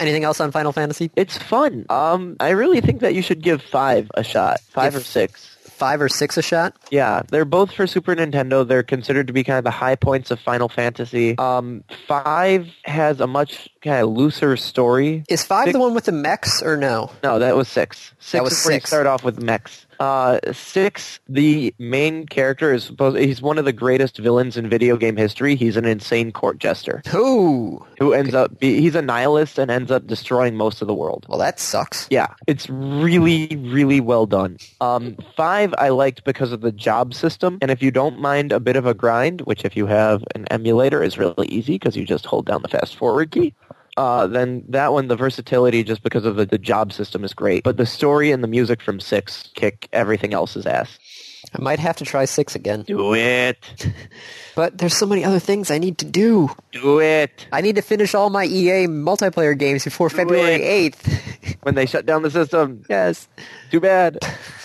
[SPEAKER 1] Anything else on Final Fantasy?
[SPEAKER 2] It's fun. Um, I really think that you should give five a shot. Five
[SPEAKER 1] Give-
[SPEAKER 2] or six.
[SPEAKER 1] Five or six a shot?
[SPEAKER 2] Yeah, they're both for Super Nintendo. They're considered to be kind of the high points of Final Fantasy. Um, five has a much kind of looser story.
[SPEAKER 1] Is five
[SPEAKER 2] Six-
[SPEAKER 1] the one with the mechs or no?
[SPEAKER 2] No, that was six. Six
[SPEAKER 1] was
[SPEAKER 2] is where you
[SPEAKER 1] six.
[SPEAKER 2] start off with Mex. Uh, six, the main character is supposed. He's one of the greatest villains in video game history. He's an insane court jester
[SPEAKER 1] Ooh.
[SPEAKER 2] who ends up. Be, he's a nihilist and ends up destroying most of the world.
[SPEAKER 1] Well, that sucks.
[SPEAKER 2] Yeah, it's really, really well done. Um, five I liked because of the job system, and if you don't mind a bit of a grind, which if you have an emulator is really easy because you just hold down the fast forward key. Uh, then that one, the versatility, just because of the, the job system, is great. But the story and the music from Six kick everything else's ass.
[SPEAKER 1] I might have to try six again.
[SPEAKER 2] Do it,
[SPEAKER 1] But there's so many other things I need to do.
[SPEAKER 2] do it.
[SPEAKER 1] I need to finish all my EA multiplayer games before February 8th.
[SPEAKER 2] When they shut down the system,
[SPEAKER 1] <laughs> yes.
[SPEAKER 2] too bad.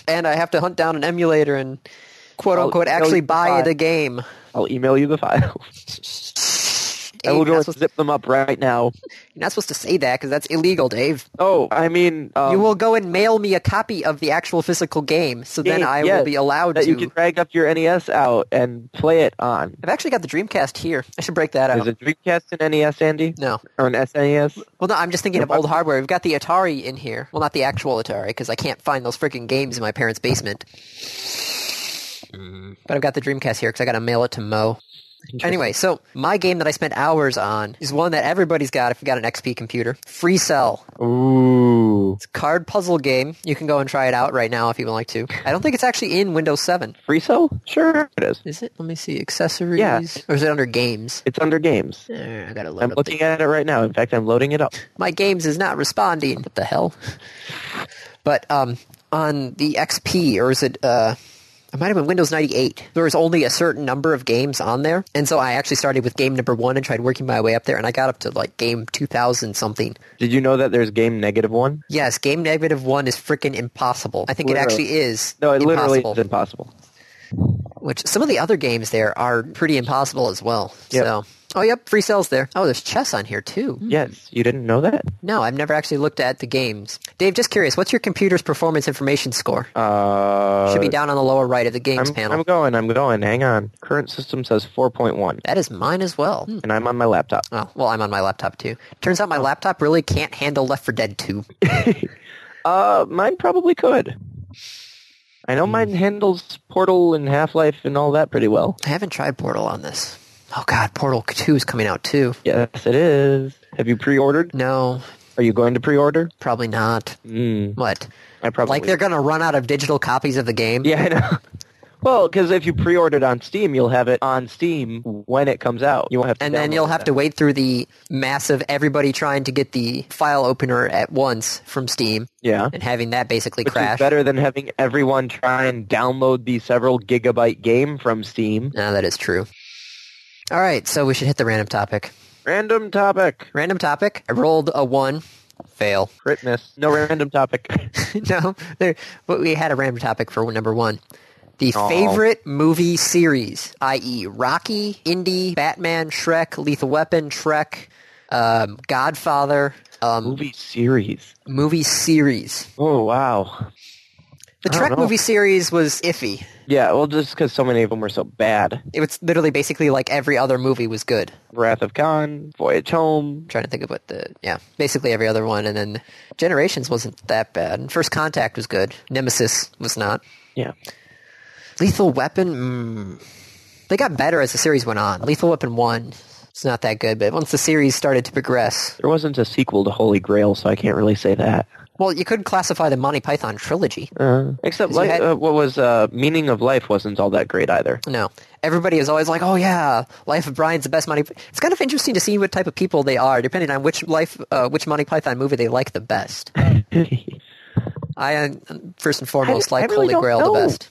[SPEAKER 1] And I have to hunt down an emulator and quote
[SPEAKER 2] I'll
[SPEAKER 1] unquote
[SPEAKER 2] show
[SPEAKER 1] actually
[SPEAKER 2] Oh, you the
[SPEAKER 1] buy
[SPEAKER 2] file.
[SPEAKER 1] the game.
[SPEAKER 2] I'll email you the file. I will
[SPEAKER 1] Dave, you're,
[SPEAKER 2] go
[SPEAKER 1] not
[SPEAKER 2] and
[SPEAKER 1] supposed,
[SPEAKER 2] zip them up right now.
[SPEAKER 1] you're not supposed to say that because that's illegal, Dave.
[SPEAKER 2] Oh, I mean, um,
[SPEAKER 1] you will go and mail me a copy of the actual physical game, so then
[SPEAKER 2] game,
[SPEAKER 1] I
[SPEAKER 2] yes,
[SPEAKER 1] will be allowed
[SPEAKER 2] that
[SPEAKER 1] to.
[SPEAKER 2] you can drag up your NES out and play it on.
[SPEAKER 1] I've actually got the Dreamcast here. I should break that out.
[SPEAKER 2] Is it Dreamcast an NES, Andy,
[SPEAKER 1] No.
[SPEAKER 2] or an E SNES?
[SPEAKER 1] Well, no, I'm just thinking of old hardware. We've got the Atari in here. Well, not the actual Atari, because I can't find those freaking games in my parents' basement.
[SPEAKER 2] Mm-hmm.
[SPEAKER 1] But I've got the Dreamcast here, because I got to mail it to Mo. Anyway, so my game that I spent hours on is one that everybody's got if you've got an XP computer. Free Cell.
[SPEAKER 2] Ooh,
[SPEAKER 1] It's a card puzzle game. You can go and try it out right now if you would like to. I don't think it's actually in Windows 7.
[SPEAKER 2] free cell? Sure, it is.
[SPEAKER 1] Is it? Let me see. Accessories?
[SPEAKER 2] Yeah.
[SPEAKER 1] Or is it under games?
[SPEAKER 2] It's under games.
[SPEAKER 1] Eh, I gotta load
[SPEAKER 2] I'm
[SPEAKER 1] up the
[SPEAKER 2] looking at it right now. In fact, I'm loading
[SPEAKER 1] <laughs>
[SPEAKER 2] it up.
[SPEAKER 1] my games is not responding. What the hell? <laughs> But um, on the XP, or is it? Uh, it might have been Windows 98. There was only a certain number of games on there, and so I actually started with game number one and tried working my way up there, and I got up to like game 2000 something.
[SPEAKER 2] Did you know that there's game negative one?
[SPEAKER 1] Yes, game negative one is freaking impossible. I think it
[SPEAKER 2] Literally.
[SPEAKER 1] actually is.
[SPEAKER 2] No, it literally
[SPEAKER 1] impossible, Hmm.
[SPEAKER 2] is impossible.
[SPEAKER 1] Which some of the other games there are pretty impossible as well.
[SPEAKER 2] Yep.
[SPEAKER 1] So. Oh, yep, free cells there. Oh, there's chess on here too.
[SPEAKER 2] Yes, you didn't know that.
[SPEAKER 1] No, I've never actually looked at the games. Dave, just curious, what's your computer's performance information score?
[SPEAKER 2] Uh,
[SPEAKER 1] Should be down on the lower right of the games
[SPEAKER 2] I'm,
[SPEAKER 1] panel.
[SPEAKER 2] I'm going. I'm going. Hang on. Current system says 4.1,
[SPEAKER 1] that is mine as well. Hmm.
[SPEAKER 2] and I'm on my laptop.
[SPEAKER 1] Oh, well, I'm on my laptop too. Turns
[SPEAKER 2] Oh.
[SPEAKER 1] out my laptop really can't handle Left 4 Dead 2.
[SPEAKER 2] Uh, mine probably could. I know
[SPEAKER 1] Hmm.
[SPEAKER 2] mine handles Portal and Half Life and all that pretty well.
[SPEAKER 1] I haven't tried Portal on this. Oh god, Portal 2 is coming out too.
[SPEAKER 2] Yes, it is. Have you pre-ordered?
[SPEAKER 1] No,
[SPEAKER 2] Are you going to pre-order?
[SPEAKER 1] probably not.
[SPEAKER 2] Mm,
[SPEAKER 1] What?
[SPEAKER 2] I probably
[SPEAKER 1] Like they're gonna run out of digital copies of the game?
[SPEAKER 2] <laughs> Yeah, I know. Well, because if you pre-ordered on Steam, you'll have it on Steam when it comes out. You won't have to
[SPEAKER 1] And then you'll
[SPEAKER 2] download
[SPEAKER 1] have
[SPEAKER 2] it.
[SPEAKER 1] to wait through the massive everybody trying to get the file opener at once from Steam
[SPEAKER 2] yeah,
[SPEAKER 1] and having that basically
[SPEAKER 2] which
[SPEAKER 1] crash.
[SPEAKER 2] is better than having everyone try and download the several gigabyte game from Steam.
[SPEAKER 1] No, Ah, that is true. All right, so we should hit the random topic.
[SPEAKER 2] Random topic,
[SPEAKER 1] Random topic. I rolled a one. Fail. <laughs>
[SPEAKER 2] crit miss. No random topic. <laughs>
[SPEAKER 1] no, there, but we had a random topic for number one. The
[SPEAKER 2] Oh.
[SPEAKER 1] favorite movie series, i.e., Rocky, Indy, Batman, Shrek, Lethal Weapon, Shrek, um, Godfather, um,
[SPEAKER 2] Movie series.
[SPEAKER 1] movie series.
[SPEAKER 2] Oh wow.
[SPEAKER 1] The
[SPEAKER 2] I don't
[SPEAKER 1] Trek
[SPEAKER 2] know.
[SPEAKER 1] movie series was iffy.
[SPEAKER 2] Yeah, well, just because so many of them were so bad.
[SPEAKER 1] It was literally basically like every other movie was good. I'm
[SPEAKER 2] Wrath of Khan, Voyage Home.
[SPEAKER 1] trying to think of what the yeah, basically every other one, and then Generations wasn't that bad. And First Contact was good. Nemesis was not.
[SPEAKER 2] Yeah.
[SPEAKER 1] Lethal Weapon. Mm, they got better as the series went on. Lethal Weapon one, it's not that good, but once the series started to progress,
[SPEAKER 2] There wasn't a sequel to Holy Grail, so I can't really say that.
[SPEAKER 1] well, you could classify the Monty Python trilogy.
[SPEAKER 2] Uh, except
[SPEAKER 1] Is
[SPEAKER 2] like,
[SPEAKER 1] it-
[SPEAKER 2] uh, what was uh, Meaning of Life wasn't all that great either.
[SPEAKER 1] No, everybody is always like, "Oh yeah, Life of Brian's the best Monty." P-" It's kind of interesting to see what type of people they are, depending on which life, uh, which Monty Python movie they like the
[SPEAKER 2] <laughs>
[SPEAKER 1] best. I uh, first and foremost
[SPEAKER 2] I
[SPEAKER 1] like
[SPEAKER 2] really
[SPEAKER 1] Holy
[SPEAKER 2] don't
[SPEAKER 1] Grail
[SPEAKER 2] know.
[SPEAKER 1] the best.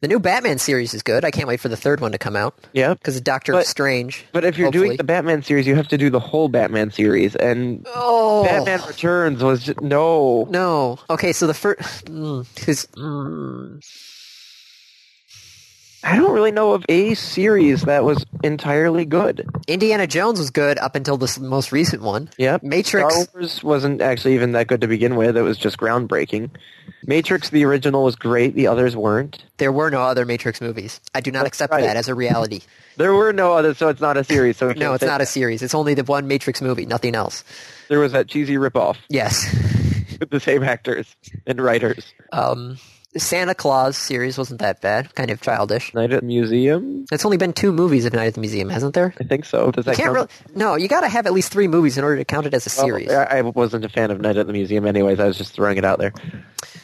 [SPEAKER 1] The new Batman series is good. I can't wait for the third one to come out
[SPEAKER 2] yeah.
[SPEAKER 1] because Doctor
[SPEAKER 2] But-
[SPEAKER 1] Strange.
[SPEAKER 2] But if you're
[SPEAKER 1] hopefully-
[SPEAKER 2] doing the Batman series, you have to do the whole Batman series, and
[SPEAKER 1] oh,
[SPEAKER 2] Batman Returns was just, no.
[SPEAKER 1] No. Okay, so the first. Mm, 'cause- mm,
[SPEAKER 2] I don't really know of a series that was entirely good.
[SPEAKER 1] Indiana Jones was good up until this most recent one.
[SPEAKER 2] Yep.
[SPEAKER 1] Matrix.
[SPEAKER 2] Star Wars wasn't actually even that good to begin with. It was just groundbreaking. Matrix, the original, was great. The others weren't.
[SPEAKER 1] There were no other Matrix movies. I do not accept
[SPEAKER 2] right.
[SPEAKER 1] that as a reality.
[SPEAKER 2] <laughs> There were no others, so it's not a series. So we
[SPEAKER 1] No,
[SPEAKER 2] can't
[SPEAKER 1] it's
[SPEAKER 2] say-
[SPEAKER 1] not a series. It's only the one Matrix movie, nothing else.
[SPEAKER 2] There was that cheesy ripoff
[SPEAKER 1] Yes. <laughs>
[SPEAKER 2] with the same actors and writers.
[SPEAKER 1] Um, Santa Claus series wasn't that bad. Kind of childish.
[SPEAKER 2] Night at the Museum?
[SPEAKER 1] It's only been two movies of Night at the Museum, hasn't there?
[SPEAKER 2] I think so. Does
[SPEAKER 1] You
[SPEAKER 2] that
[SPEAKER 1] can't
[SPEAKER 2] count?
[SPEAKER 1] really. No, you got to have at least three movies in order to count it as a
[SPEAKER 2] Well,
[SPEAKER 1] series.
[SPEAKER 2] I I wasn't a fan of Night at the Museum anyways. I was just throwing it out there.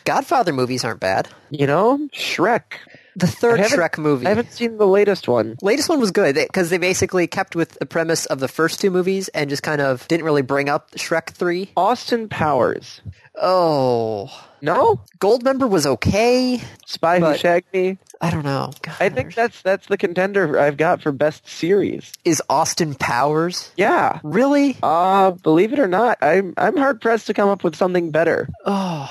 [SPEAKER 1] Godfather movies aren't bad.
[SPEAKER 2] You know, Shrek.
[SPEAKER 1] The third
[SPEAKER 2] I haven't-
[SPEAKER 1] Shrek movie.
[SPEAKER 2] I haven't seen the latest one.
[SPEAKER 1] latest one was good because they basically kept with the premise of the first two movies and just kind of didn't really bring up Shrek 3.
[SPEAKER 2] Austin Powers.
[SPEAKER 1] Oh.
[SPEAKER 2] No?
[SPEAKER 1] Goldmember was okay.
[SPEAKER 2] Spy Who
[SPEAKER 1] But-
[SPEAKER 2] Shagged Me.
[SPEAKER 1] I don't know. God,
[SPEAKER 2] I think that's that's the contender I've got for best series.
[SPEAKER 1] is Austin Powers
[SPEAKER 2] Yeah.
[SPEAKER 1] really?
[SPEAKER 2] Uh, believe it or not, I'm I'm hard pressed to come up with something better.
[SPEAKER 1] Oh.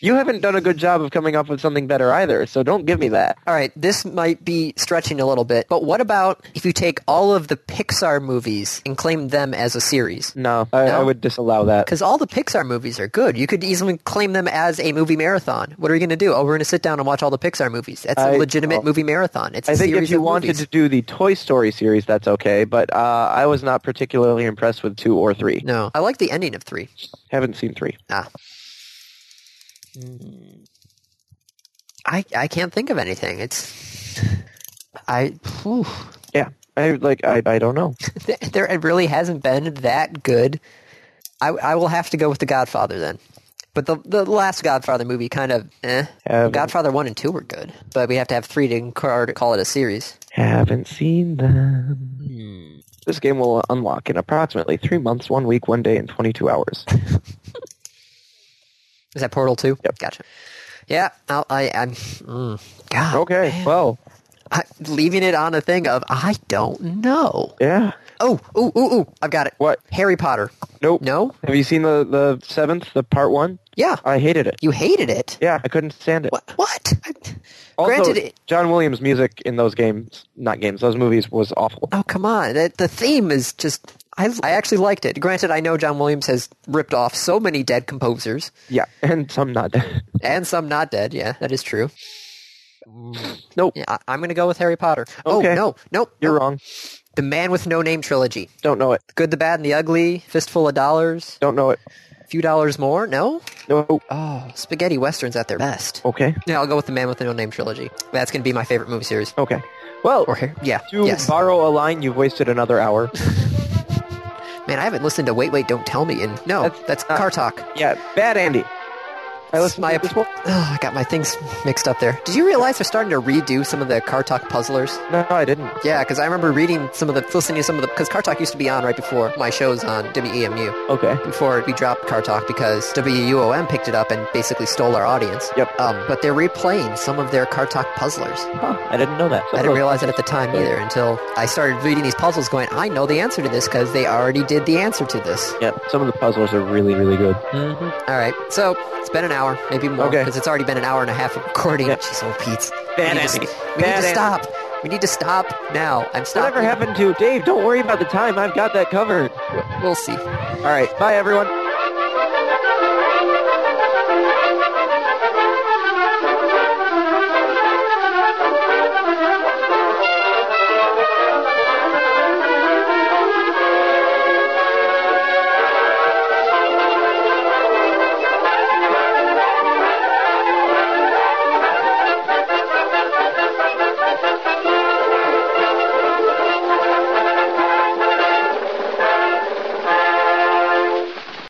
[SPEAKER 2] You haven't done a good job of coming up with something better either, so don't give me that.
[SPEAKER 1] All right, this might be stretching a little bit, but what about if you take all of the Pixar movies and claim them as a series?
[SPEAKER 2] No, I,
[SPEAKER 1] No?
[SPEAKER 2] I would disallow that.
[SPEAKER 1] Because all the Pixar movies are good. You could easily claim them as a movie marathon. What are you going to do? Oh, we're going to sit down and watch all the Pixar movies. That's a
[SPEAKER 2] I-
[SPEAKER 1] legitimate
[SPEAKER 2] oh.
[SPEAKER 1] movie marathon. It's a
[SPEAKER 2] I think
[SPEAKER 1] series
[SPEAKER 2] if you
[SPEAKER 1] of
[SPEAKER 2] wanted
[SPEAKER 1] movies.
[SPEAKER 2] to do the Toy Story series, that's okay, but uh, I was not particularly impressed with two or three.
[SPEAKER 1] No, I like the ending of three.
[SPEAKER 2] Haven't seen three.
[SPEAKER 1] Ah. Hmm. I I can't think of anything. It's I whew.
[SPEAKER 2] Yeah, I like. I, I don't know.
[SPEAKER 1] There- <laughs> there it really hasn't been that good. I I will have to go with the Godfather then. But the the last Godfather movie kind of eh.
[SPEAKER 2] Haven't-
[SPEAKER 1] Godfather 1 and 2 were good, but we have to have 3 to card, call it a series.
[SPEAKER 2] Haven't seen them.
[SPEAKER 1] Hmm.
[SPEAKER 2] This game will unlock in approximately three months, one week, one day, and twenty-two hours.
[SPEAKER 1] <laughs> Is that Portal 2?
[SPEAKER 2] Yep.
[SPEAKER 1] Gotcha. Yeah, I'll, I I'm mm, God.
[SPEAKER 2] Okay. Well,
[SPEAKER 1] I, leaving it on a thing of I don't know.
[SPEAKER 2] yeah.
[SPEAKER 1] Oh, ooh, ooh, ooh! I've got it.
[SPEAKER 2] What?
[SPEAKER 1] Harry Potter.
[SPEAKER 2] Nope.
[SPEAKER 1] No?
[SPEAKER 2] Have you seen the the seventh, the part one?
[SPEAKER 1] Yeah,
[SPEAKER 2] I hated it.
[SPEAKER 1] you hated it.
[SPEAKER 2] Yeah, I couldn't stand it.
[SPEAKER 1] What? What? I-
[SPEAKER 2] Also,
[SPEAKER 1] Granted, it,
[SPEAKER 2] John Williams' music in those games, not games, those movies was awful.
[SPEAKER 1] oh come on, that the theme is just. I I actually liked it. Granted, I know John Williams has ripped off so many dead composers
[SPEAKER 2] Yeah, <laughs> and some not.
[SPEAKER 1] and some not dead. Yeah, that is true.
[SPEAKER 2] nope.
[SPEAKER 1] Yeah, I, I'm gonna go with Harry Potter. Oh
[SPEAKER 2] Okay.
[SPEAKER 1] no, nope.
[SPEAKER 2] You're
[SPEAKER 1] nope.
[SPEAKER 2] wrong.
[SPEAKER 1] The Man with No Name trilogy.
[SPEAKER 2] Don't know it.
[SPEAKER 1] The Good, the Bad, and the Ugly. Fistful of Dollars.
[SPEAKER 2] Don't know it.
[SPEAKER 1] few dollars more? No?
[SPEAKER 2] No.
[SPEAKER 1] Oh, spaghetti westerns at their best.
[SPEAKER 2] Okay.
[SPEAKER 1] Yeah, I'll go with the Man with No Name trilogy. That's going to be my favorite movie series.
[SPEAKER 2] Okay. Well,
[SPEAKER 1] Or here, yeah,
[SPEAKER 2] to
[SPEAKER 1] yes.
[SPEAKER 2] borrow a line, you've wasted another
[SPEAKER 1] <laughs>
[SPEAKER 2] hour.
[SPEAKER 1] Man, I haven't listened to Wait, Wait, Don't Tell Me. And no,
[SPEAKER 2] That's-
[SPEAKER 1] that's
[SPEAKER 2] uh,
[SPEAKER 1] Car Talk.
[SPEAKER 2] yeah, bad Andy. I listened
[SPEAKER 1] My-
[SPEAKER 2] to this one.
[SPEAKER 1] Oh, I got my things mixed up there. Did you realize they're starting to redo some of the Car Talk puzzlers?
[SPEAKER 2] No, I didn't.
[SPEAKER 1] Yeah, because I remember reading some of the, listening to some of the, because Car Talk used to be on right before my shows on WEMU,
[SPEAKER 2] Okay.
[SPEAKER 1] before we dropped Car Talk because WUOM picked it up and basically stole our audience.
[SPEAKER 2] Yep.
[SPEAKER 1] Um, but they're replaying some of their Car Talk puzzlers.
[SPEAKER 2] Huh, I didn't know that.
[SPEAKER 1] I didn't realize it at the time either until I started reading these puzzles going, I know the answer to this because they already did the answer to this.
[SPEAKER 2] Yep. Some of the puzzles are really, really good.
[SPEAKER 1] All right, so it's been an hour, maybe more,
[SPEAKER 2] Okay.
[SPEAKER 1] because it's already been an hour and a half of recording.
[SPEAKER 2] Yep.
[SPEAKER 1] Jeez, oh, Pete.
[SPEAKER 2] Bad
[SPEAKER 1] we need, to,
[SPEAKER 2] Andy.
[SPEAKER 1] we need
[SPEAKER 2] Bad
[SPEAKER 1] to
[SPEAKER 2] Andy.
[SPEAKER 1] stop. We need to stop now. I'm stopping.
[SPEAKER 2] Whatever happened to Dave? Don't worry about the time. I've got that covered.
[SPEAKER 1] We'll see.
[SPEAKER 2] All right. Bye, everyone.